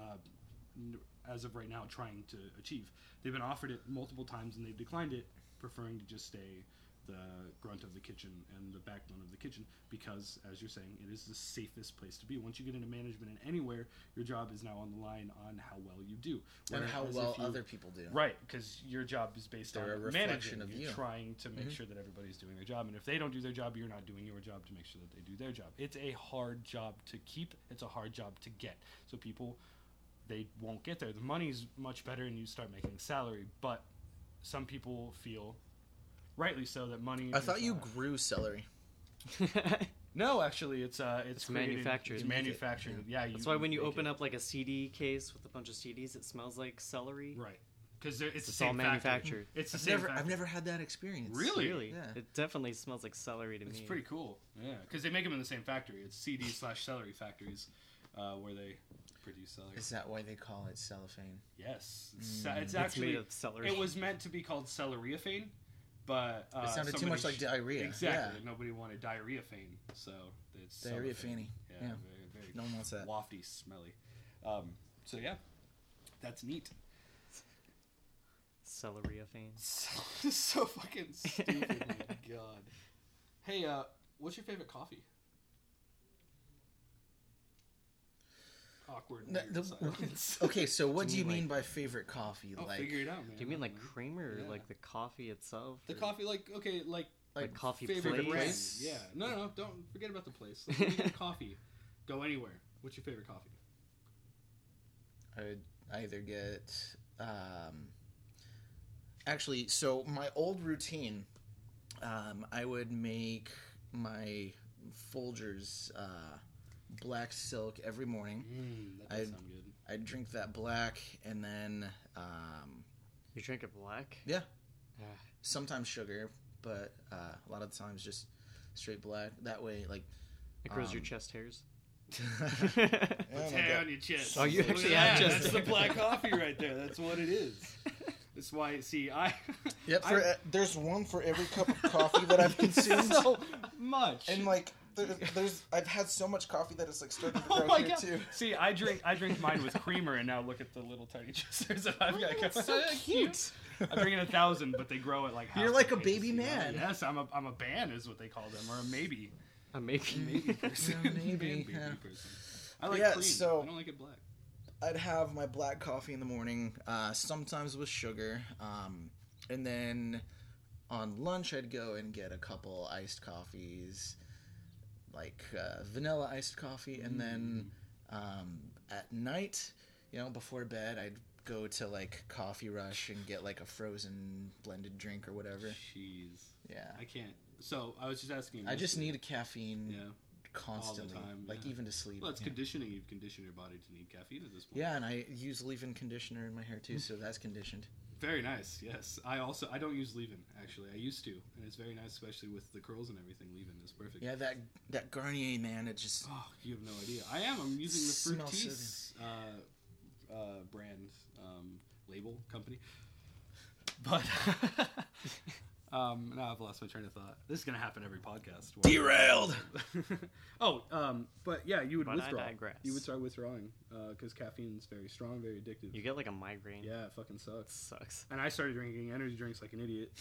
S2: n- as of right now, trying to achieve. They've been offered it multiple times and they've declined it, preferring to just stay the grunt of the kitchen and the backbone of the kitchen because, as you're saying, it is the safest place to be. Once you get into management in anywhere, your job is now on the line on how well you do
S1: and how
S2: Whereas if
S1: well
S2: you-
S1: other people do.
S2: Right, because your job is based
S1: They're a
S2: on
S1: reflection
S2: managing.
S1: of
S2: you're
S1: you. Mm-hmm.
S2: trying to make sure that everybody's doing their job, and if they don't do their job, you're not doing your job to make sure that they do their job. It's a hard job to keep. It's a hard job to get. So people, they won't get there. The money's much better, and you start making salary. But some people feel, rightly so, that money.
S1: I
S2: is
S1: thought you
S2: not-
S1: grew celery.
S2: no, actually, it's uh, it's, created-
S3: manufactured.
S2: It's
S3: You make
S1: it.
S2: manufactured. Yeah, you,
S3: That's why when you
S2: make
S3: open
S2: it.
S3: up like a CD case with a bunch of CDs, it smells like celery.
S2: right, because it's, the
S3: It's all
S2: same factory.
S3: manufactured.
S2: It's the
S1: I've
S2: same.
S1: never,
S2: factory.
S1: I've never had that experience.
S2: Really?
S3: Really?
S1: Yeah.
S3: It definitely smells like celery to
S2: It's
S3: me.
S2: pretty cool. Yeah, because they make them in the same factory. It's CD slash celery factories, uh, where they produce celery.
S1: Is that why they call it cellophane?
S2: Yes, it's, ce- it's
S3: It's
S2: actually
S3: made of celery.
S2: it was meant to be called celeriaphane, but uh,
S1: it sounded too
S2: somebody
S1: much like
S2: sh-
S1: diarrhea.
S2: Exactly. Nobody wanted diarrheaphane, so it's
S1: Yeah. Diarrhea
S2: cellophane.
S1: fanny.
S2: Yeah,
S1: Yeah.
S2: very
S1: No one wants
S2: very
S1: that.
S2: wafty, smelly. Um, so yeah, that's neat.
S3: Celery of fame.
S2: So, so fucking stupid. my God. Hey, uh, what's your favorite coffee? Awkward.
S1: No,
S2: weird
S1: the-
S2: silence.
S1: Okay, so what
S3: Do
S1: do
S3: you
S1: you
S3: mean,
S1: mean by favorite coffee?
S2: I'll
S1: like
S2: figure it out, man.
S3: Do you mean
S2: I
S3: like
S2: don't know.
S3: creamer, or
S2: Yeah.
S3: like the coffee itself?
S2: the
S3: or-
S2: coffee? Like okay, like
S3: like,
S1: like
S3: coffee
S2: favorite
S3: place?
S2: brand?
S1: place?
S2: Yeah. No, no, no. Don't forget about the place. Like, when you get coffee. Go anywhere. What's your favorite coffee?
S1: I would either get. Um, actually, so my old routine, um, I would make my Folgers uh, black silk every morning.
S2: Mm, that
S1: does
S2: does
S1: I'd-
S2: sound good.
S1: I'd drink that black, and then um,
S3: You drink it black?
S1: Yeah.
S3: Ah,
S1: sometimes sugar, but uh, a lot of the times just straight black. That way, like.
S3: it grows your
S1: Um,
S3: chest hairs.
S1: Oh my
S2: Hair
S1: God.
S2: on your chest.
S3: Oh, you
S2: Look at
S3: actually
S2: that.
S3: have chest
S2: That's the
S3: hair.
S2: black coffee right there. That's what it is. That's why. See, I.
S1: Yep,
S2: I-
S1: for, uh, there's one for every cup of coffee that I've consumed.
S2: so much.
S1: And like, there, there's I've had so much coffee that it's like starting to grow
S2: oh my
S1: here
S2: god!
S1: too.
S2: See, I drink I drink mine with creamer, and now look at the little tiny chesters that I've got.
S1: That's so cute.
S2: I bring in a thousand, but they grow at like. half
S1: You're
S2: the
S1: like a
S2: pace,
S1: baby
S2: you know?
S1: man.
S2: Yes, I'm a I'm a ban is what they call them, or a maybe
S3: Uh, maybe.
S2: maybe person.
S1: Yeah, maybe,
S2: Ban baby
S1: yeah.
S2: person. I like
S1: Yeah,
S2: cream.
S1: so-
S2: I don't like it black.
S1: I'd have my black coffee in the morning, uh, sometimes with sugar, um, and then on lunch I'd go and get a couple iced coffees, like uh, vanilla iced coffee, and then
S2: Mm.
S1: um, at night, you know, before bed, I'd go to like Coffee Rush and get like a frozen blended drink or whatever.
S2: Jeez,
S1: Yeah,
S2: I can't. So I was just asking. you
S1: I just
S2: this.
S1: need caffeine
S2: Yeah.
S1: constantly,
S2: time,
S1: like
S2: yeah.
S1: even to sleep.
S2: Well, it's
S1: yeah.
S2: conditioning. You've conditioned your body to need caffeine at this point.
S1: Yeah, and I use leave-in conditioner in my hair too, so that's conditioned.
S2: Very nice. Yes, I also I don't use leave-in actually. I used to, and it's very nice, especially with the curls and everything. Leave-in is perfect.
S1: Yeah, that that Garnier man, it just
S2: Oh, you have no idea. I am. I'm using the
S1: Smells so
S2: Fructis uh, uh, brand um, label company. But um, now I've lost my train of thought. This is gonna happen every podcast.
S1: Derailed!
S2: oh, um, but yeah, you would
S3: But I
S2: withdraw.
S3: digress.
S2: You would start withdrawing because caffeine's very strong, very addictive.
S3: You get like a migraine.
S2: yeah, it fucking sucks.
S3: sucks.
S2: And I started drinking energy drinks like an idiot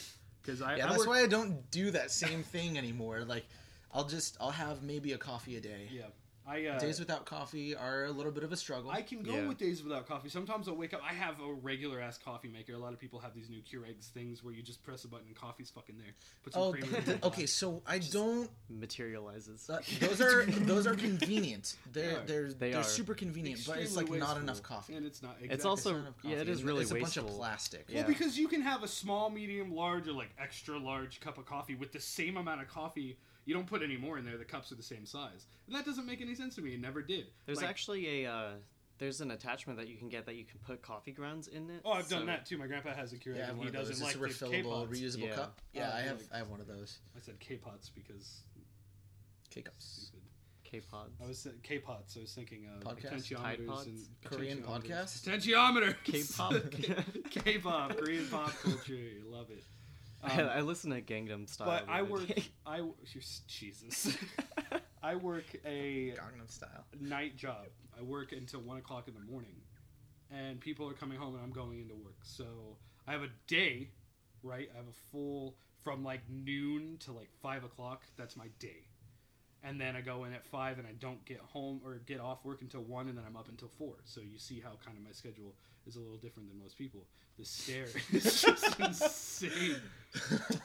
S2: because I.
S1: yeah.
S2: I
S1: That's
S2: work-
S1: why I don't do that same thing anymore. Like, I'll just I'll have maybe a coffee a day.
S2: Yeah, I. Uh,
S1: Days without coffee are a little bit of a struggle.
S2: I can go
S3: Yeah.
S2: with days without coffee. Sometimes I'll wake up. I have a regular ass coffee maker. A lot of people have these new Keurigs things where you just press a button and coffee's fucking there. Put some
S1: oh,
S2: cream
S1: th-
S2: in
S1: th-
S2: it.
S1: okay. So I don't.
S3: Materializes.
S1: Uh, those are those are convenient. They're
S2: are.
S1: they're
S3: They
S1: they are
S3: are.
S1: super convenient, but it's like
S2: Extremely
S1: not
S2: wasteful.
S1: enough coffee.
S2: And it's not. Exactly.
S3: It's also-
S1: Not enough
S3: yeah, it
S1: coffee.
S3: is really
S1: it's a bunch of
S3: wasteful.
S1: plastic.
S3: Yeah.
S2: Well, because you can have a small, medium, large, or like extra large cup of coffee with the same amount of coffee. You don't put any more in there. The cups are the same size, and that doesn't make any sense to me. It never did.
S3: There's
S2: Like,
S3: actually a uh, there's an attachment that you can get that you can put coffee grounds in it.
S2: Oh, I've done
S3: so-
S2: that too. My grandpa has a
S1: Yeah,
S2: Keurig,
S1: I have
S2: and
S1: one
S2: he
S1: of those. It's
S2: doesn't like
S1: a
S2: the
S1: refillable,
S2: K-pots.
S1: reusable
S3: Yeah.
S1: cup. Yeah,
S2: Oh,
S1: I have
S2: like-
S1: I have one of those
S2: I said K-pots because
S1: K cups.
S2: stupid.
S3: K K-pop.
S2: I was K-pod, so I was thinking of
S1: Podcast?
S3: Tide
S2: potentiometers
S3: Pods?
S2: and
S1: Korean
S2: potentiometers.
S1: podcast?
S2: Potentiometer
S3: K-pop.
S2: K-pop, Korean pop culture. Love it.
S3: I,
S2: Um,
S3: I listen to Gangnam Style.
S2: but I
S3: the other
S2: work.
S3: day.
S2: I Jesus. I work a
S1: Gangnam Style.
S2: night job. I work until one o'clock in the morning, and people are coming home, and I'm going into work. So I have a day, right? I have a full from like noon to like five o'clock. That's my day, and then I go in at five, and I don't get home or get off work until one, and then I'm up until four. So you see how kind of my schedule is a little different than most people. The stare is just insane.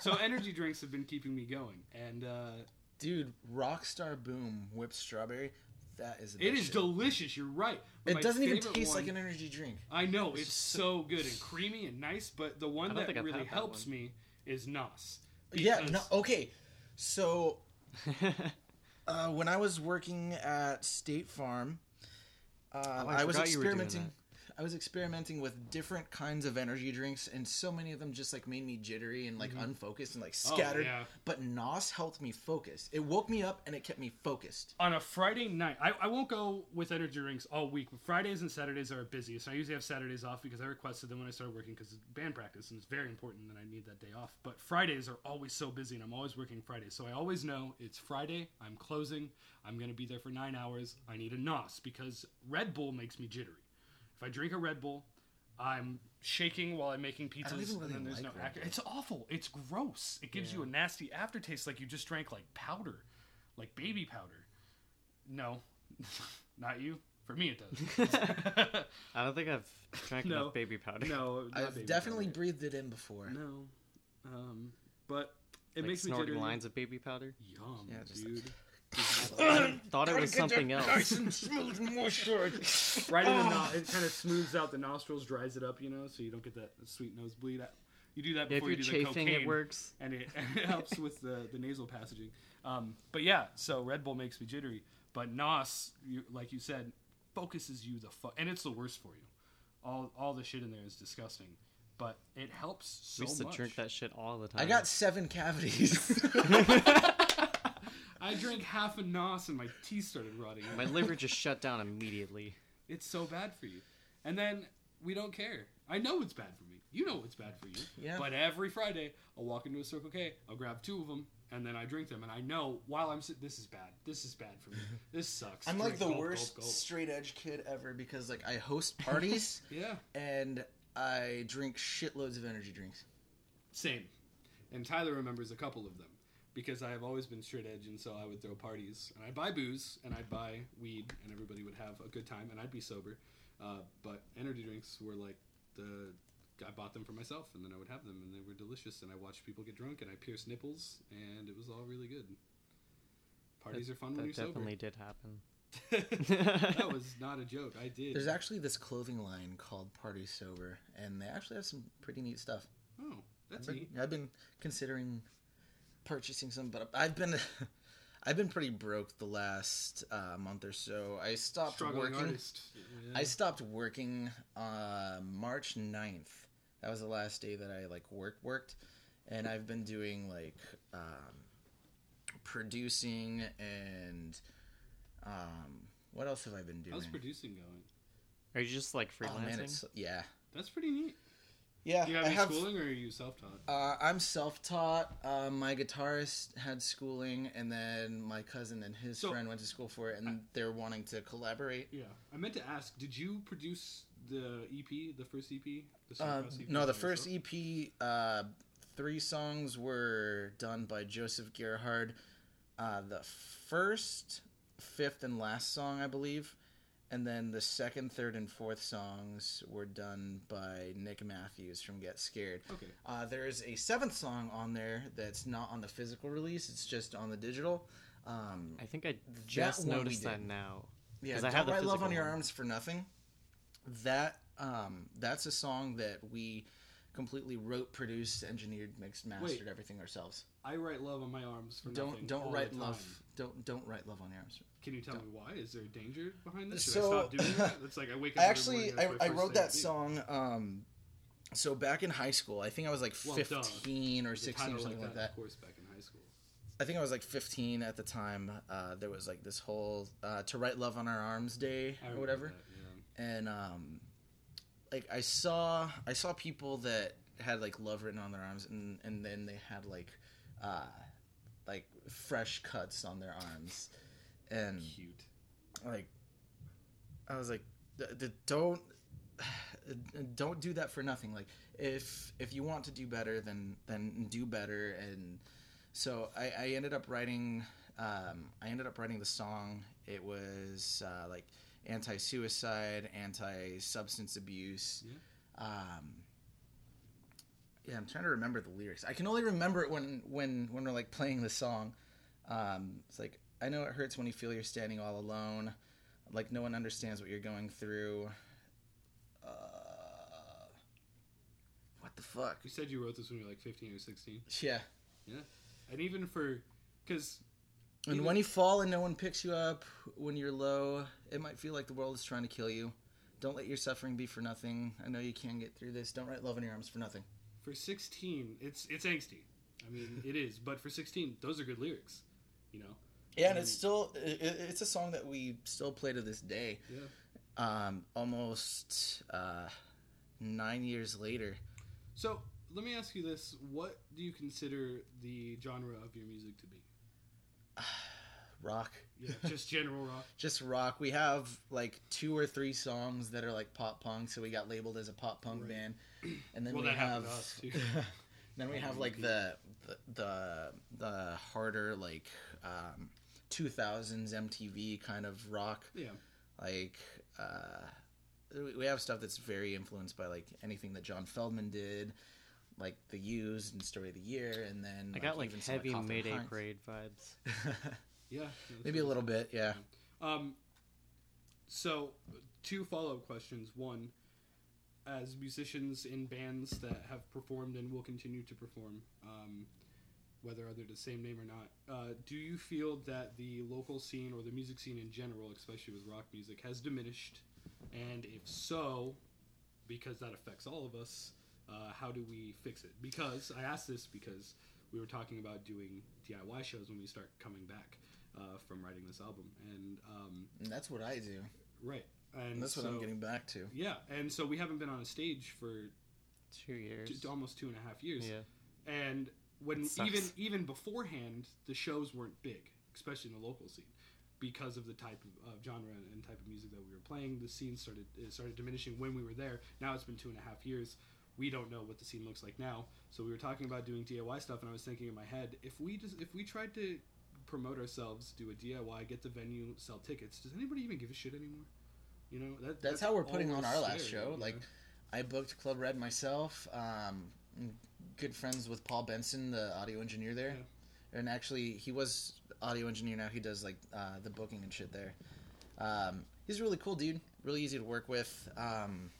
S2: So energy drinks have been keeping me going, and uh,
S1: Dude, Rockstar Boom whipped strawberry. That is. the
S2: it
S1: best
S2: is
S1: shit.
S2: delicious. You're right. But
S1: It
S2: my
S1: doesn't even
S2: favorite
S1: taste like
S2: one-
S1: an energy drink.
S2: I know
S1: It's
S2: it's so good and creamy and nice, but the one
S3: don't
S2: that
S3: think I've
S2: really
S3: had that
S2: helps
S3: one.
S2: me is Nos.
S1: Yeah. No,
S2: Because-
S1: okay. So uh, when I was working at State Farm, uh,
S2: Oh,
S1: I,
S3: I
S1: was
S3: forgot you were doing
S1: experimenting. I was experimenting with different kinds of energy drinks, and so many of them just like made me jittery and like unfocused and like scattered.
S2: Mm-hmm. Oh, yeah.
S1: But Nos helped me focus. It woke me up and it kept me focused.
S2: on a Friday night, I, I won't go with energy drinks all week, but Fridays and Saturdays are our busiest. I usually have Saturdays off because I requested them when I started working because it's band practice and it's very important that I need that day off. But Fridays are always so busy and I'm always working Fridays. So I always know it's Friday, I'm closing, I'm going to be there for nine hours. I need a NOS because Red Bull makes me jittery. If I drink a Red Bull, I'm shaking while I'm making pizzas,
S1: even really
S2: and then there's
S1: like
S2: no.
S1: Red
S2: Ac-
S1: Bull.
S2: it's awful. It's gross. It gives you a nasty aftertaste, like you just drank like powder, like baby powder. No, not you. For me, it does.
S3: I don't think I've drank
S2: No.
S3: enough baby powder.
S2: no, not
S1: I've
S2: baby
S1: definitely
S2: powder.
S1: breathed it in before.
S2: no, um, but it
S3: Like
S2: makes me
S3: snorting
S2: jittery.
S3: lines of baby powder.
S2: Yum,
S1: Yeah, just like-
S2: dude.
S3: Thought it was something else.
S1: and smooth and moisturized.
S2: right in the no- it kind of smooths out the nostrils, dries it up, you know, so you don't get that sweet nosebleed. You do that
S3: If
S2: before
S3: you're
S2: you do
S3: chafing,
S2: the
S3: it
S2: cocaine.
S3: works.
S2: and it, it helps with the, the nasal passaging. Um, but yeah, so Red Bull makes me jittery, but Nos, you, like you said, focuses you the fuck, and it's the worst for you. All all the shit in there is disgusting, but it helps so
S3: we used to
S2: much.
S3: drink that shit all the time.
S1: I got seven cavities.
S2: I drank half a Nos and my teeth started rotting.
S3: my liver just shut down immediately.
S2: It's so bad for you. And then we don't care. I know it's bad for me. You know it's bad for you.
S1: Yeah.
S2: But every Friday, I'll walk into a Circle K, I'll grab two of them, and then I drink them. And I know while I'm sitting, this is bad. This is bad for me. This sucks.
S1: I'm like
S2: Drink,
S1: the
S2: gulp,
S1: worst
S2: gulp, gulp.
S1: straight edge kid ever because like I host parties
S2: Yeah.
S1: and I drink shitloads of energy drinks.
S2: Same. And Tyler remembers a couple of them because I have always been straight edge, and so I would throw parties and I'd buy booze and I'd buy weed, and everybody would have a good time, and I'd be sober. Uh, but energy drinks were like the I bought them for myself, and then I would have them, and they were delicious. And I watched people get drunk, and I pierced nipples, and it was all really good. Parties are fun when
S3: That
S2: you're
S3: definitely did happen.
S2: sober. that was not a joke. I did.
S1: There's actually this clothing line called Party Sober, and they actually have some pretty neat stuff.
S2: oh, that's
S1: But
S2: neat.
S1: I've been considering purchasing some, but I've been I've been pretty broke the last uh, month or so. I stopped
S2: Struggling
S1: working.
S2: artist. Yeah.
S1: I stopped working uh, March 9th. That was the last day that I like worked worked, and I've been doing like um, producing and um, what else have I been doing?
S2: How's producing going?
S3: Are you just like
S1: oh
S3: freelancing?
S1: man, it's yeah,
S2: That's pretty neat.
S1: yeah.
S2: Do you have
S1: I
S2: any
S1: have.
S2: schooling, or are you self-taught?
S1: Uh, I'm self-taught. Uh, my guitarist had schooling, and then my cousin and his
S2: So-
S1: friend went to school for it, and they're wanting to collaborate.
S2: Yeah, I meant to ask. Did you produce the EP, the first EP?
S1: Uh,
S2: The E Sunrise EP
S1: no, the
S2: by
S1: first
S2: yourself?
S1: EP, uh, three songs were done by Joseph Gerhard. Uh, the first, fifth, and last song, I believe, and then the second, third, and fourth songs were done by Nick Matthews from Get Scared.
S2: Okay.
S1: Uh, there is a seventh song on there that's not on the physical release; it's just on the digital. Um,
S3: I think I just
S1: one we
S3: noticed that
S1: did.
S3: now.
S1: yeah,
S3: 'Cause
S1: don't
S3: I have the
S1: Write love
S3: physical
S1: on your
S3: one.
S1: arms for nothing. That um, that's a song that we completely wrote, produced, engineered, mixed, mastered everything ourselves.
S2: I write love on my arms for nothing
S1: Don't don't
S2: all
S1: write
S2: the
S1: love.
S2: time.
S1: Don't don't write love on your arms.
S2: Can you tell me why? Is there a danger behind this? Should
S1: So-
S2: I stop doing that? It's like I wake up.
S1: I
S2: every
S1: actually
S2: morning,
S1: I,
S2: that's my
S1: I
S2: first
S1: wrote
S2: thing
S1: that
S2: do.
S1: song. Um, so back in high school, I think I was like
S2: Well, duh.
S1: fifteen or
S2: There's a
S1: sixteen or
S2: title
S1: something like
S2: that,
S1: that.
S2: Of course, back in high school.
S1: I think I was like 15 at the time. Uh, there was like this whole uh, to write love on our arms day
S2: I
S1: or
S2: remember
S1: whatever,
S2: that, yeah.
S1: and um, like I saw I saw people that had like love written on their arms, and and then they had like uh, like fresh cuts on their arms, and
S2: Cute.
S1: like I was like, "D- d- don't don't do that for nothing. Like if if you want to do better, then then do better. And so I, I ended up writing um, I ended up writing the song. It was uh, like anti suicide, anti substance abuse.
S2: Yeah.
S1: Um, yeah, I'm trying to remember the lyrics. I can only remember it when when when we're like playing the song. Um, it's like I know it hurts when you feel you're standing all alone, like no one understands what you're going through. Uh, what the fuck?
S2: You said you wrote this when you were like 15 or 16,
S1: Yeah.
S2: and even for, because
S1: And
S2: Even-
S1: when you fall and no one picks you up, when you're low, it might feel like the world is trying to kill you. Don't let your suffering be for nothing. I know you can get through this. Don't write love in your arms for nothing.
S2: for 16, it's it's angsty. I mean, it is. But for 16, those are good lyrics. You know.
S1: Yeah, and it's still it, it- it's a song that we still play to this day.
S2: Yeah.
S1: Um, almost uh, nine years later.
S2: So let me ask you this: What do you consider the genre of your music to be?
S1: Rock,
S2: Yeah, just general rock.
S1: just rock. We have like two or three songs that are like pop punk, so we got labeled as a pop punk
S2: Right.
S1: band. And then
S2: Well,
S1: we
S2: that
S1: have
S2: happened to us, too.
S1: then we have like the the the, the harder like um, 2000s MTV kind of rock.
S2: Yeah.
S1: Like uh, we- we have stuff that's very influenced by like anything that John Feldman did. Like the used and story of the year, and then
S3: I got like
S1: even some of
S3: heavy
S1: Catherine
S3: Mayday
S1: Hines.
S3: Parade vibes.
S2: Yeah. no, that's
S1: Maybe a little bit, yeah.
S2: Um, so, two follow up questions. One, as musicians in bands that have performed and will continue to perform, um, whether under the same name or not, uh, do you feel that the local scene or the music scene in general, especially with rock music, has diminished? And if so, because that affects all of us, uh, how do we fix it? Because I asked this because we were talking about doing DIY shows when we start coming back uh, from writing this album, and um,
S1: And that's what I do.
S2: right, and
S1: And that's what I'm
S2: so-
S1: getting back to.
S2: Yeah, and so we haven't been on a stage for
S3: Two years.
S2: t- almost two and a half years,
S3: Yeah.
S2: and when
S3: It sucks.
S2: even even beforehand, the shows weren't big, especially in the local scene, because of the type of, of genre and, and type of music that we were playing. The scene started it started diminishing when we were there. Now it's been two and a half years. We don't know what the scene looks like now. So we were talking about doing DIY stuff, and I was thinking in my head, if we just if we tried to promote ourselves, do a DIY, get the venue, sell tickets, does anybody even give a shit anymore? You know, that,
S1: That's how we're putting
S2: all
S1: on
S2: we're
S1: our last
S2: scared,
S1: show.
S2: you
S1: Like,
S2: know?
S1: I booked Club Red myself. Um, I'm good friends with Paul Benson, the audio engineer there, and actually he was audio engineer now. He does like uh, the booking and shit there. Um, he's a really cool dude. Really easy to work with. Um,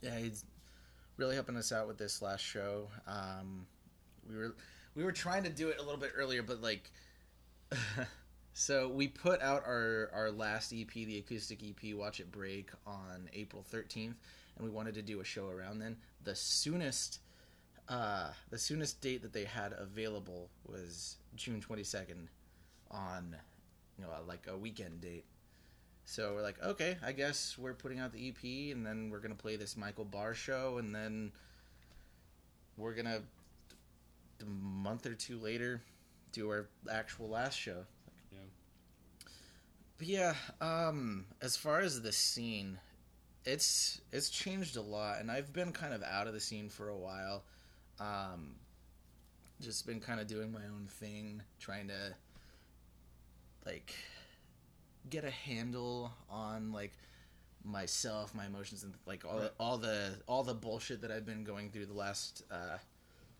S1: yeah, he's really helping us out with this last show. Um, we were we were trying to do it a little bit earlier, but like. So we put out our our last EP, the acoustic EP, Watch It Break, on April thirteenth, and we wanted to do a show around then. The soonest, uh, the soonest date that they had available was June twenty second, on, you know, like a weekend date. So we're like, okay, I guess we're putting out the EP, and then we're gonna play this Michael Barr show, and then we're gonna a month or two later do our actual last show.
S2: Yeah.
S1: But yeah, um, as far as the scene, it's it's changed a lot, and I've been kind of out of the scene for a while. Um, just been kind of doing my own thing, trying to like get a handle on like myself, my emotions, and like all
S2: Right.
S1: all the all the bullshit that I've been going through the last uh,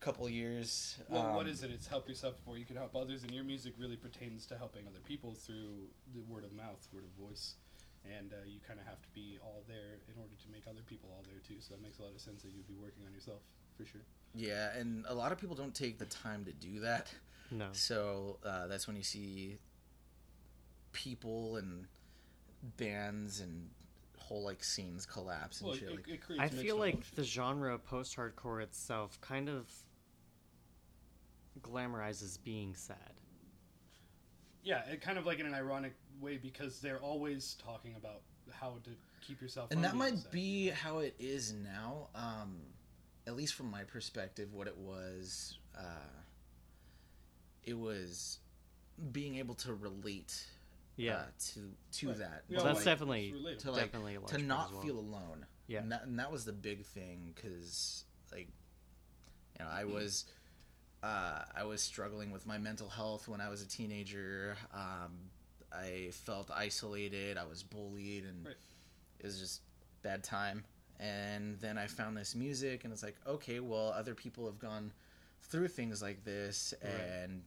S1: couple years.
S2: Well, what
S1: Um,
S2: is it? It's help yourself before you can help others, and your music really pertains to helping other people through the word of mouth, word of voice, and uh, you kind of have to be all there in order to make other people all there too. So that makes a lot of sense that you'd be working on yourself for sure.
S1: Yeah, and a lot of people don't take the time to do that.
S3: No.
S1: So uh, that's when you see people and bands and whole like scenes collapse and
S2: Well, it,
S1: shit. Like,
S2: it creates.
S3: I
S2: mixed
S3: feel like
S2: emotions.
S3: the genre post hardcore itself kind of glamorizes being sad.
S2: Yeah, it kind of like in an ironic way because they're always talking about how to keep yourself.
S1: and
S2: from
S1: that
S2: being
S1: might
S2: sad.
S1: be how it is now um at least from my perspective what it was uh it was being able to relate
S3: Yeah,
S1: uh, to to
S2: Right.
S1: that
S2: We
S3: Well,
S2: all like-
S3: that's definitely-
S2: it's relatable.
S1: to like
S3: definitely a large
S1: to
S3: part
S1: not
S3: as well.
S1: feel alone
S3: Yeah.
S1: and that, and that was the big thing because like you know i
S2: Mm-hmm.
S1: was uh, i was struggling with my mental health when i was a teenager um, i felt isolated i was bullied and
S2: Right.
S1: it was just bad time and then i found this music and it's like okay well other people have gone through things like this
S2: Right.
S1: and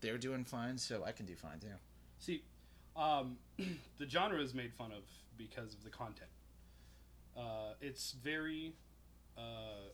S1: they're doing fine so i can do fine too
S2: See, um, the genre is made fun of because of the content. Uh, it's very, uh,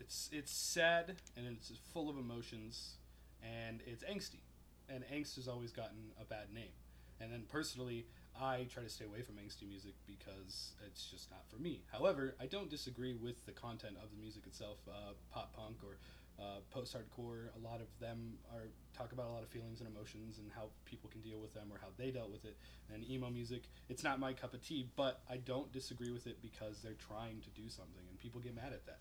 S2: it's it's sad and it's full of emotions and it's angsty, and angst has always gotten a bad name. And then personally, I try to stay away from angsty music because it's just not for me. However, I don't disagree with the content of the music itself, uh, pop punk or uh, post hardcore. A lot of them are talk about a lot of feelings and emotions and how people can deal with them or how they dealt with it. And emo music, it's not my cup of tea, but I don't disagree with it because they're trying to do something, and people get mad at that.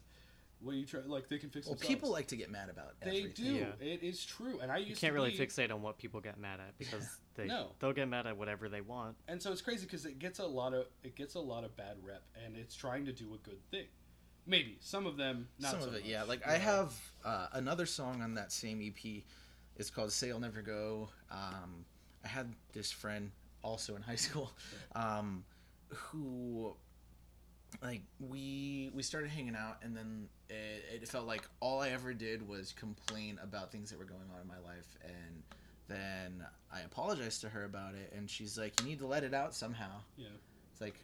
S2: What you try, like they can fix.
S1: well
S2: themselves.
S1: people like to get mad about
S2: they
S1: everything
S2: do.
S3: Yeah.
S2: It is true, and I used
S3: you can't
S2: to be-
S3: really fixate on what people get mad at because they
S2: No.
S3: they'll get mad at whatever they want.
S2: and so it's crazy because it gets a lot of it gets a lot of bad rep, and it's trying to do a good thing. Maybe some of them, not
S1: some
S2: so
S1: of it
S2: much.
S1: yeah like i have uh, another song on that same ep it's called say i'll never go um, i had this friend also in high school um, who like we we started hanging out and then it, it felt like all i ever did was complain about things that were going on in my life and then i apologized to her about it and she's like you need to let it out somehow
S2: yeah.
S1: it's like,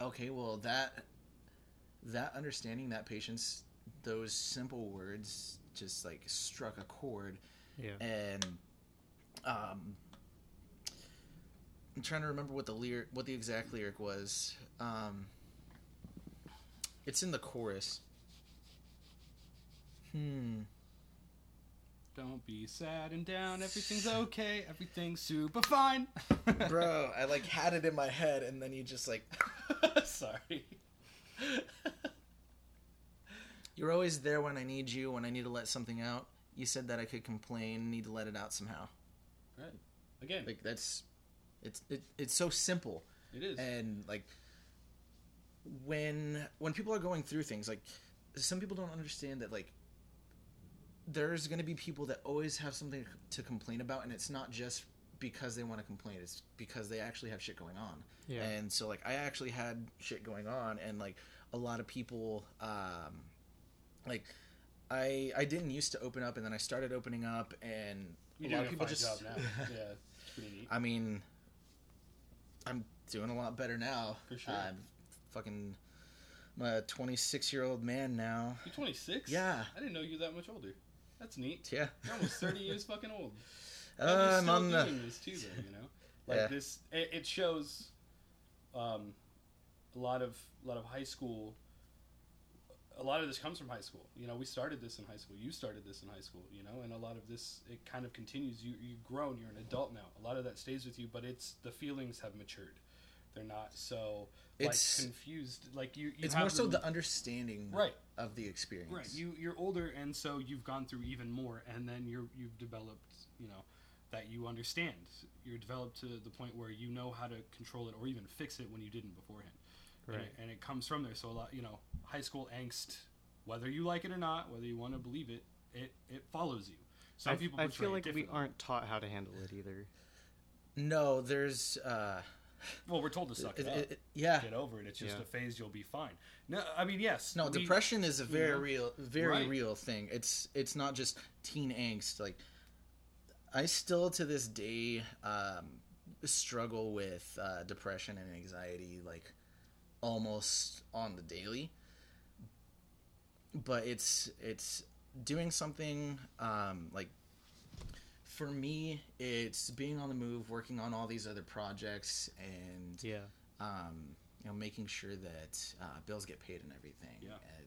S1: okay, well that that understanding, that patience, those simple words just like struck a chord,
S3: Yeah,
S1: and um, I'm trying to remember what the lyric, what the exact lyric was. Um, it's in the chorus. Hmm.
S2: Don't be sad and down. Everything's okay. Everything's super fine.
S1: Bro, I like had it in my head, and then you just like
S2: Sorry.
S1: You're always there when I need you, when I need to let something out. You said that I could complain, need to let it out somehow.
S2: Again,
S1: Like that's it's it, it's so simple.
S2: it is.
S1: And like when when people are going through things like some people don't understand that like there's going to be people that always have something to complain about and it's not just because they want to complain it's because they actually have shit going on
S3: Yeah.
S1: and so like i actually had shit going on and like a lot of people um like i i didn't used to open up and then i started opening up and
S2: you
S1: a
S2: do
S1: lot
S2: a
S1: of people
S2: fine
S1: just
S2: job now. yeah, it's pretty neat.
S1: I mean, I'm doing a lot better now.
S2: For sure.
S1: I'm fucking, I'm a 26 year old man now.
S2: You're 26.
S1: Yeah.
S2: I didn't know you were that much older. That's neat.
S1: Yeah.
S2: You're almost 30 years fucking old.
S1: Uh,
S2: And you're
S1: I'm
S2: still
S1: on the-
S2: doing this too, though. You know, like
S1: Yeah.
S2: this. It, it shows, um, a lot of a lot of high school. A lot of this comes from high school. You know, we started this in high school. You started this in high school. You know, and a lot of this it kind of continues. You you've grown. You're an adult now. A lot of that stays with you, but it's the feelings have matured. They're not so like
S1: It's-
S2: confused. Like you, you
S1: It's
S2: have
S1: more so
S2: them-
S1: the understanding
S2: Right.
S1: of the experience.
S2: Right. You you're older, and so you've gone through even more, and then you're you've developed, you know, that you understand. You're developed to the point where you know how to control it or even fix it when you didn't beforehand. And
S3: Right.
S2: it, and it comes from there. So a lot, you know, high school angst, whether you like it or not, whether you want to believe it, it it follows you. Some
S3: I,
S2: people
S3: I
S2: portray
S3: feel
S2: it
S3: like we
S2: differently.
S3: aren't taught how to handle it either.
S1: no, there's, uh,
S2: Well, we're told to suck it,
S1: it-
S2: up.
S1: it- yeah.
S2: Get over it. It's just
S3: Yeah.
S2: a phase. You'll be fine. No, I mean yes.
S1: No,
S2: we-
S1: depression is a very
S2: know?
S1: real, very
S2: Right.
S1: real thing. It's it's not just teen angst. Like I still to this day um, struggle with uh, depression and anxiety, like almost on the daily. But it's it's doing something um, like for me, it's being on the move, working on all these other projects, and
S3: Yeah,
S1: um, you know, making sure that uh, bills get paid and everything.
S2: Yeah.
S1: And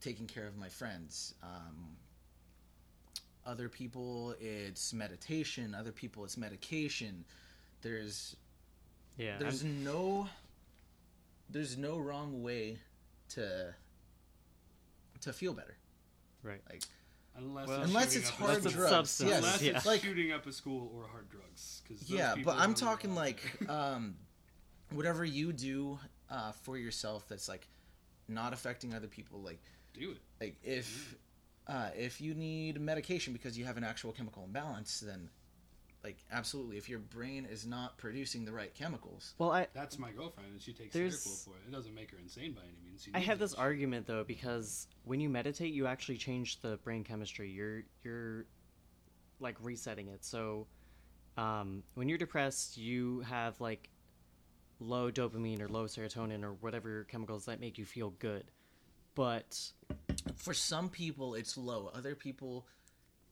S1: taking care of my friends. Um, other people, it's meditation. Other people, it's medication. There's
S3: Yeah. I'm-
S1: there's no there's no wrong way to to feel better.
S3: right.
S2: Unless,
S3: Well,
S2: it's
S1: Unless
S2: shooting
S1: it's
S2: up
S1: hard
S2: a school.
S3: Unless it's
S1: drugs.
S3: substance,
S1: yes,
S2: Unless
S3: yeah.
S2: it's
S1: like
S2: shooting up a school or hard drugs. 'cause those
S1: yeah,
S2: people
S1: but I'm
S2: don't really
S1: talking
S2: have
S1: like
S2: it.
S1: um, whatever you do uh, for yourself that's like not affecting other people. Like
S2: do it.
S1: like if uh, if you need medication because you have an actual chemical imbalance, then like absolutely, if your brain is not producing the right chemicals,
S3: Well, I,
S2: That's my girlfriend, and she takes
S3: There's-
S2: Seroquel for it. It doesn't make her insane by any means. She
S3: I
S2: needs
S3: have
S2: it.
S3: this argument though because when you meditate, you actually change the brain chemistry. You're you're like resetting it. So um, when you're depressed, you have like low dopamine or low serotonin or whatever chemicals that make you feel good. But
S1: for some people it's low. Other people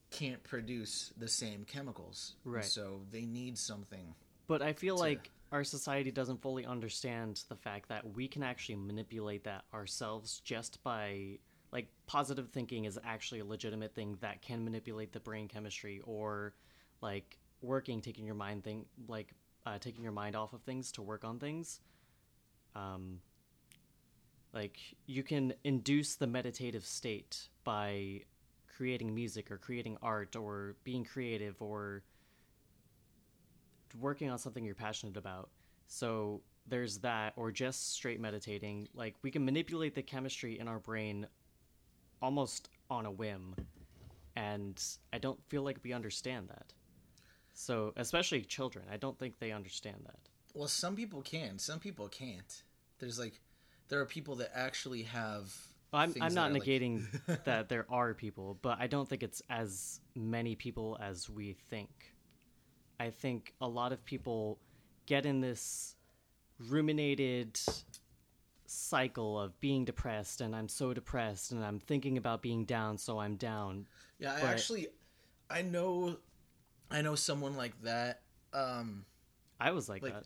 S1: can't produce the same chemicals, And
S3: Right.
S1: So they need something.
S3: but I feel
S1: to-
S3: like our society doesn't fully understand the fact that we can actually manipulate that ourselves just by like positive thinking is actually a legitimate thing that can manipulate the brain chemistry or like working taking your mind thing like uh, taking your mind off of things to work on things um like you can induce the meditative state by creating music or creating art or being creative or working on something you're passionate about. So there's that, or just straight meditating. Like we can manipulate the chemistry in our brain almost on a whim. And I don't feel like we understand that. So, especially children, I don't think they understand that.
S1: Well, some people can, some people can't. There's like there are people that actually have
S3: I'm,
S1: things
S3: I'm
S1: that
S3: not
S1: are, like-
S3: negating that there are people, but I don't think it's as many people as we think. I think a lot of people get in this ruminated cycle of being depressed, and I'm so depressed, and I'm thinking about being down, so I'm down.
S1: Yeah, I
S3: But-
S1: actually, I know, I know someone like that. Um,
S3: I was like,
S1: Like-
S3: that.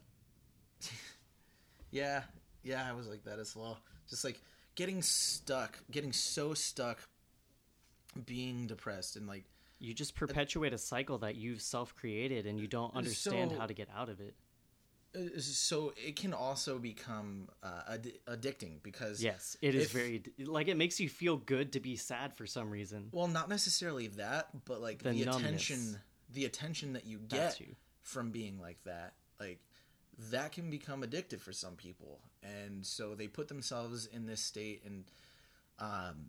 S1: yeah, yeah, I was like that as well. Just like getting stuck, getting so stuck, being depressed, and like
S3: You just perpetuate a cycle that you've self created, and you don't understand
S1: so-
S3: how to get out of it.
S1: it- it's just uh, so it can also become uh, ad- addicting because
S3: Yes, it is
S1: If-
S3: very, like, it makes you feel good to be sad for some reason.
S1: well, not necessarily that, but like
S3: The
S1: the,
S3: numbness.
S1: attention, the attention that you
S3: That's
S1: get
S3: you.
S1: from being like that, like that can become addictive for some people, and so they put themselves in this state, and um,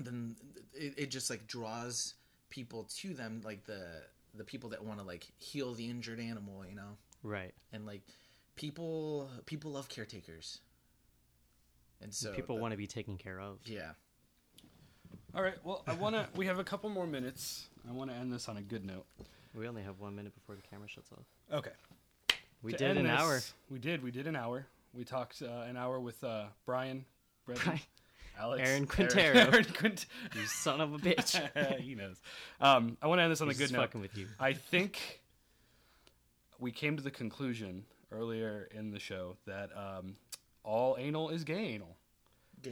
S1: then it, it just like draws people to them, like the the people that want to like heal the injured animal, you know,
S3: Right.
S1: and like people people love caretakers, and so
S3: people
S1: that-
S3: want to be taken care of.
S1: yeah.
S2: All right. Well, I wanna. we have a couple more minutes. I wanna end this on a good note.
S3: We only have one minute before the camera shuts off.
S2: Okay.
S3: We
S2: To
S3: did
S2: end
S3: an
S2: this-
S3: hour.
S2: We did. We did an hour. We talked uh, an hour with uh, Brian, Brendan,
S3: Brian.
S2: Alex,
S3: Aaron Quintero.
S2: Aaron Quint-
S3: You son of a bitch.
S2: he knows. Um, I want to end this on a
S3: He's
S2: good
S3: just
S2: note.
S3: fucking with you.
S2: I think we came to the conclusion earlier in the show that um, all anal is gay anal.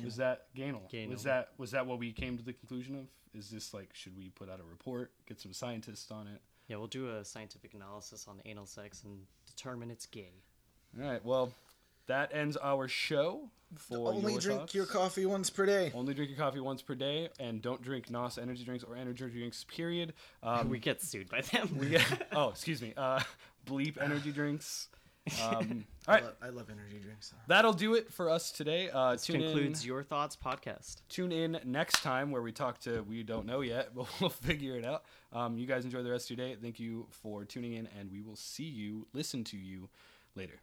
S2: Was that gay anal?
S3: Gay anal.
S2: Was that was that what we came to the conclusion of? Is this like should we put out a report, get some scientists on it?
S3: Yeah, we'll do a scientific analysis on anal sex and determine it's gay.
S2: All right. Well, that ends our show. For
S1: Only
S2: your
S1: drink
S2: thoughts.
S1: your coffee once per day.
S2: Only drink your coffee once per day, and don't drink NOS energy drinks or energy drinks. Period. Um,
S3: we get sued by them.
S2: oh, excuse me. Uh, bleep energy drinks. Um, all right,
S1: I, love, I love energy drinks.
S2: that'll do it for us today. Uh,
S3: this
S2: tune
S3: concludes
S2: in.
S3: your thoughts podcast.
S2: Tune in next time where we talk to we don't know yet, but we'll figure it out. Um, you guys enjoy the rest of your day. Thank you for tuning in, and we will see you, listen to you later.